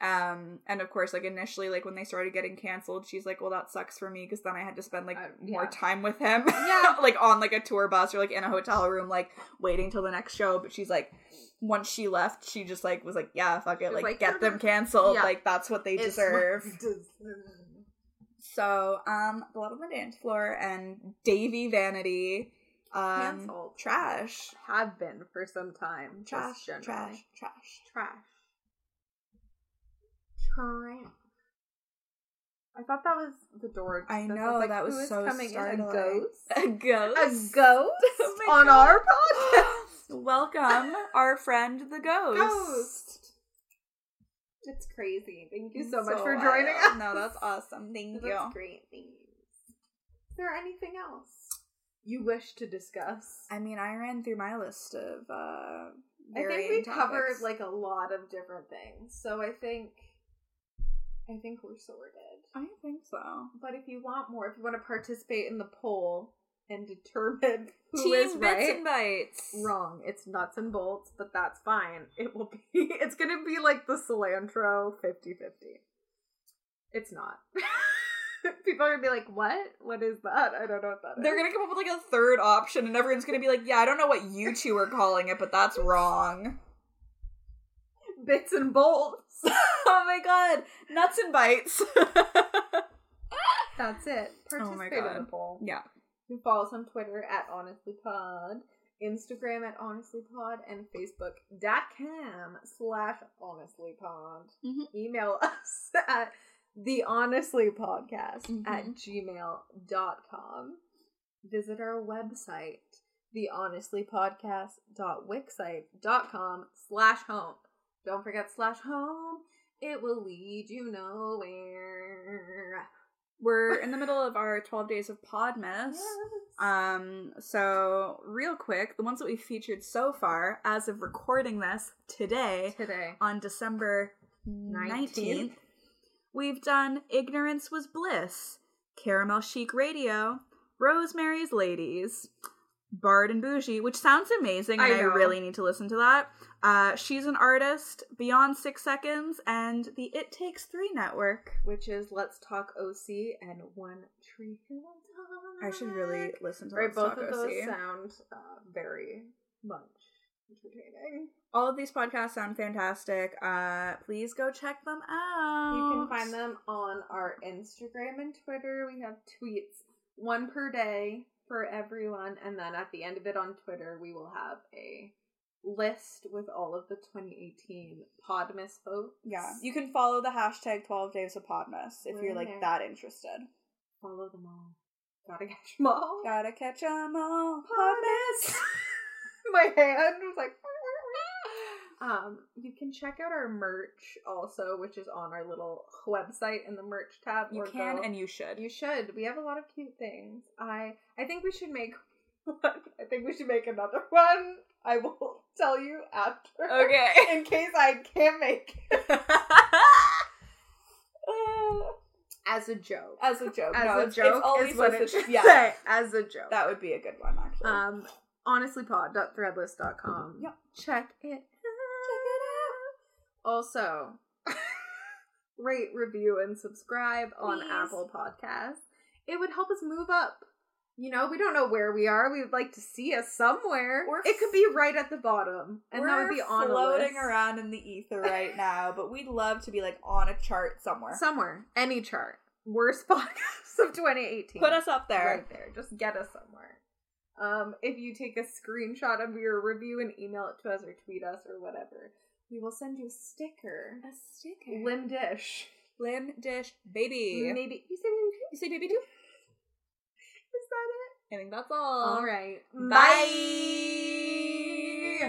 Speaker 2: Um, and of course, like initially, like when they started getting canceled, she's like, "Well, that sucks for me because then I had to spend like
Speaker 3: Uh,
Speaker 2: more
Speaker 3: yeah.
Speaker 2: time with him,
Speaker 3: Yeah.
Speaker 2: like on like a tour bus or like in a hotel room, like waiting till the next show." But she's like, once she left, she just like was like, "Yeah, fuck
Speaker 3: She
Speaker 2: it,
Speaker 3: was
Speaker 2: like,
Speaker 3: like,
Speaker 2: get them canceled,
Speaker 3: Yeah.
Speaker 2: like that's what they
Speaker 3: It's what
Speaker 2: deserve."
Speaker 3: it deserves.
Speaker 2: So, um, blood on the dance floor and Davy Vanity, um,
Speaker 3: Canceled.
Speaker 2: trash,
Speaker 3: have been for some time. just
Speaker 2: trash, trash,
Speaker 3: generally.
Speaker 2: trash, trash.
Speaker 3: trash, trash. I thought that was the door.
Speaker 2: I
Speaker 3: This is
Speaker 2: know,
Speaker 3: like,
Speaker 2: that was
Speaker 3: who is
Speaker 2: so
Speaker 3: coming in? A
Speaker 2: startling.
Speaker 3: ghost.
Speaker 2: A ghost.
Speaker 3: A ghost
Speaker 2: Oh my
Speaker 3: on
Speaker 2: God.
Speaker 3: our podcast.
Speaker 2: Welcome, our friend the ghost.
Speaker 3: ghost. It's crazy. Thank you so, much for
Speaker 2: wild.
Speaker 3: joining us.
Speaker 2: No, that's awesome. Thank
Speaker 3: That's
Speaker 2: you.
Speaker 3: great. Thanks. Is there anything else you wish to discuss?
Speaker 2: I mean, I ran through my list of uh,
Speaker 3: I think we
Speaker 2: varying
Speaker 3: covered
Speaker 2: topics.
Speaker 3: like a lot of different things. So I think I think we're sorted.
Speaker 2: I think so.
Speaker 3: But if you want more, if you want to participate in the poll and determine who is
Speaker 2: Team bits
Speaker 3: right,
Speaker 2: and bites.
Speaker 3: wrong. It's nuts and bolts, but that's fine. It will be. It's gonna be like the cilantro 50-50. It's not People are gonna be like, "What? What is that? I don't know what that is."
Speaker 2: They're gonna come up with like a third option, and everyone's gonna be like, "Yeah, I don't know what you two are calling it, but that's wrong."
Speaker 3: bits and bolts.
Speaker 2: oh my god, nuts and bites.
Speaker 3: That's it.
Speaker 2: Oh my
Speaker 3: Participate in the
Speaker 2: God.
Speaker 3: poll.
Speaker 2: yeah,
Speaker 3: You follow us on Twitter at honestlypod, Instagram at honestlypod, and Facebook.com slash honestlypod.
Speaker 2: Mhm.
Speaker 3: Email us at the honestly podcast at
Speaker 2: Mhm.
Speaker 3: gmail.com. Visit our website, thehonestlypodcast.wixsite.com slash home. Don't forget slash home. It will lead you nowhere.
Speaker 2: we're in the middle of our twelve days of Podmas. Um, so real quick, the ones that we featured so far, as of recording this today,
Speaker 3: Today.
Speaker 2: on December 19th, we've done Ignorance Was Bliss, Caramel Chic Radio, Rosemary's Ladies, Bard and Bougie, which sounds amazing, and
Speaker 3: I
Speaker 2: I,
Speaker 3: know.
Speaker 2: really need to listen to that. Uh, She's an Artist, Beyond Six Seconds, and the It Takes Three Network.
Speaker 3: which is Let's Talk OC and One Tree Hill
Speaker 2: I should really listen to
Speaker 3: Right,
Speaker 2: Let's
Speaker 3: both
Speaker 2: Talk
Speaker 3: of
Speaker 2: OC.
Speaker 3: those sound uh, very much entertaining.
Speaker 2: All of these podcasts sound fantastic. Uh, please go check them out.
Speaker 3: You can find them on our Instagram and Twitter. We have tweets, one per day for everyone, and then at the end of it on Twitter, we will have a list with all of the 2018 Podmas votes.
Speaker 2: Yeah, you can follow the hashtag 12 Days of Podmas if
Speaker 3: We're
Speaker 2: you're
Speaker 3: in
Speaker 2: like
Speaker 3: there.
Speaker 2: that interested.
Speaker 3: follow them all. Gotta catch them all.
Speaker 2: Gotta catch 'em all,
Speaker 3: Podmas.
Speaker 2: Podmas!
Speaker 3: my hand was like um you can check out our merch also which is on our little website in the merch tab
Speaker 2: You
Speaker 3: or
Speaker 2: can
Speaker 3: go-
Speaker 2: and you should.
Speaker 3: you should we have a lot of cute things i i think we should make one i think we should make another one i will tell you after
Speaker 2: Okay.
Speaker 3: in case i can't make it Uh, as a joke
Speaker 2: As a joke.
Speaker 3: as
Speaker 2: no,
Speaker 3: a joke
Speaker 2: always
Speaker 3: is what
Speaker 2: with
Speaker 3: it
Speaker 2: a-
Speaker 3: should
Speaker 2: yeah,
Speaker 3: say as a joke
Speaker 2: That would be a good one, actually.
Speaker 3: um honestlypod.threadless.com.
Speaker 2: Yep.
Speaker 3: Check it out. Check it out. Also, rate, review, and subscribe on
Speaker 2: Please.
Speaker 3: Apple Podcasts. It would help us move up. You know, we don't know where we are. We would like to see us somewhere.
Speaker 2: We're
Speaker 3: it could be right at the bottom, and
Speaker 2: We're
Speaker 3: that would be on a
Speaker 2: floating
Speaker 3: list.
Speaker 2: around in the ether right now, but we'd love to be like on a chart somewhere.
Speaker 3: somewhere, any chart. Worst podcast of 2018.
Speaker 2: Put us up there.
Speaker 3: Right there. Just get us somewhere. Um, if you take a screenshot of your review and email it to us or tweet us or whatever, we will send you a sticker.
Speaker 2: A sticker. Lim,
Speaker 3: Lim dish.
Speaker 2: Lim dish baby.
Speaker 3: Maybe you say maybe
Speaker 2: You say baby too?
Speaker 3: is that it?
Speaker 2: I think that's all.
Speaker 3: All right.
Speaker 2: Bye.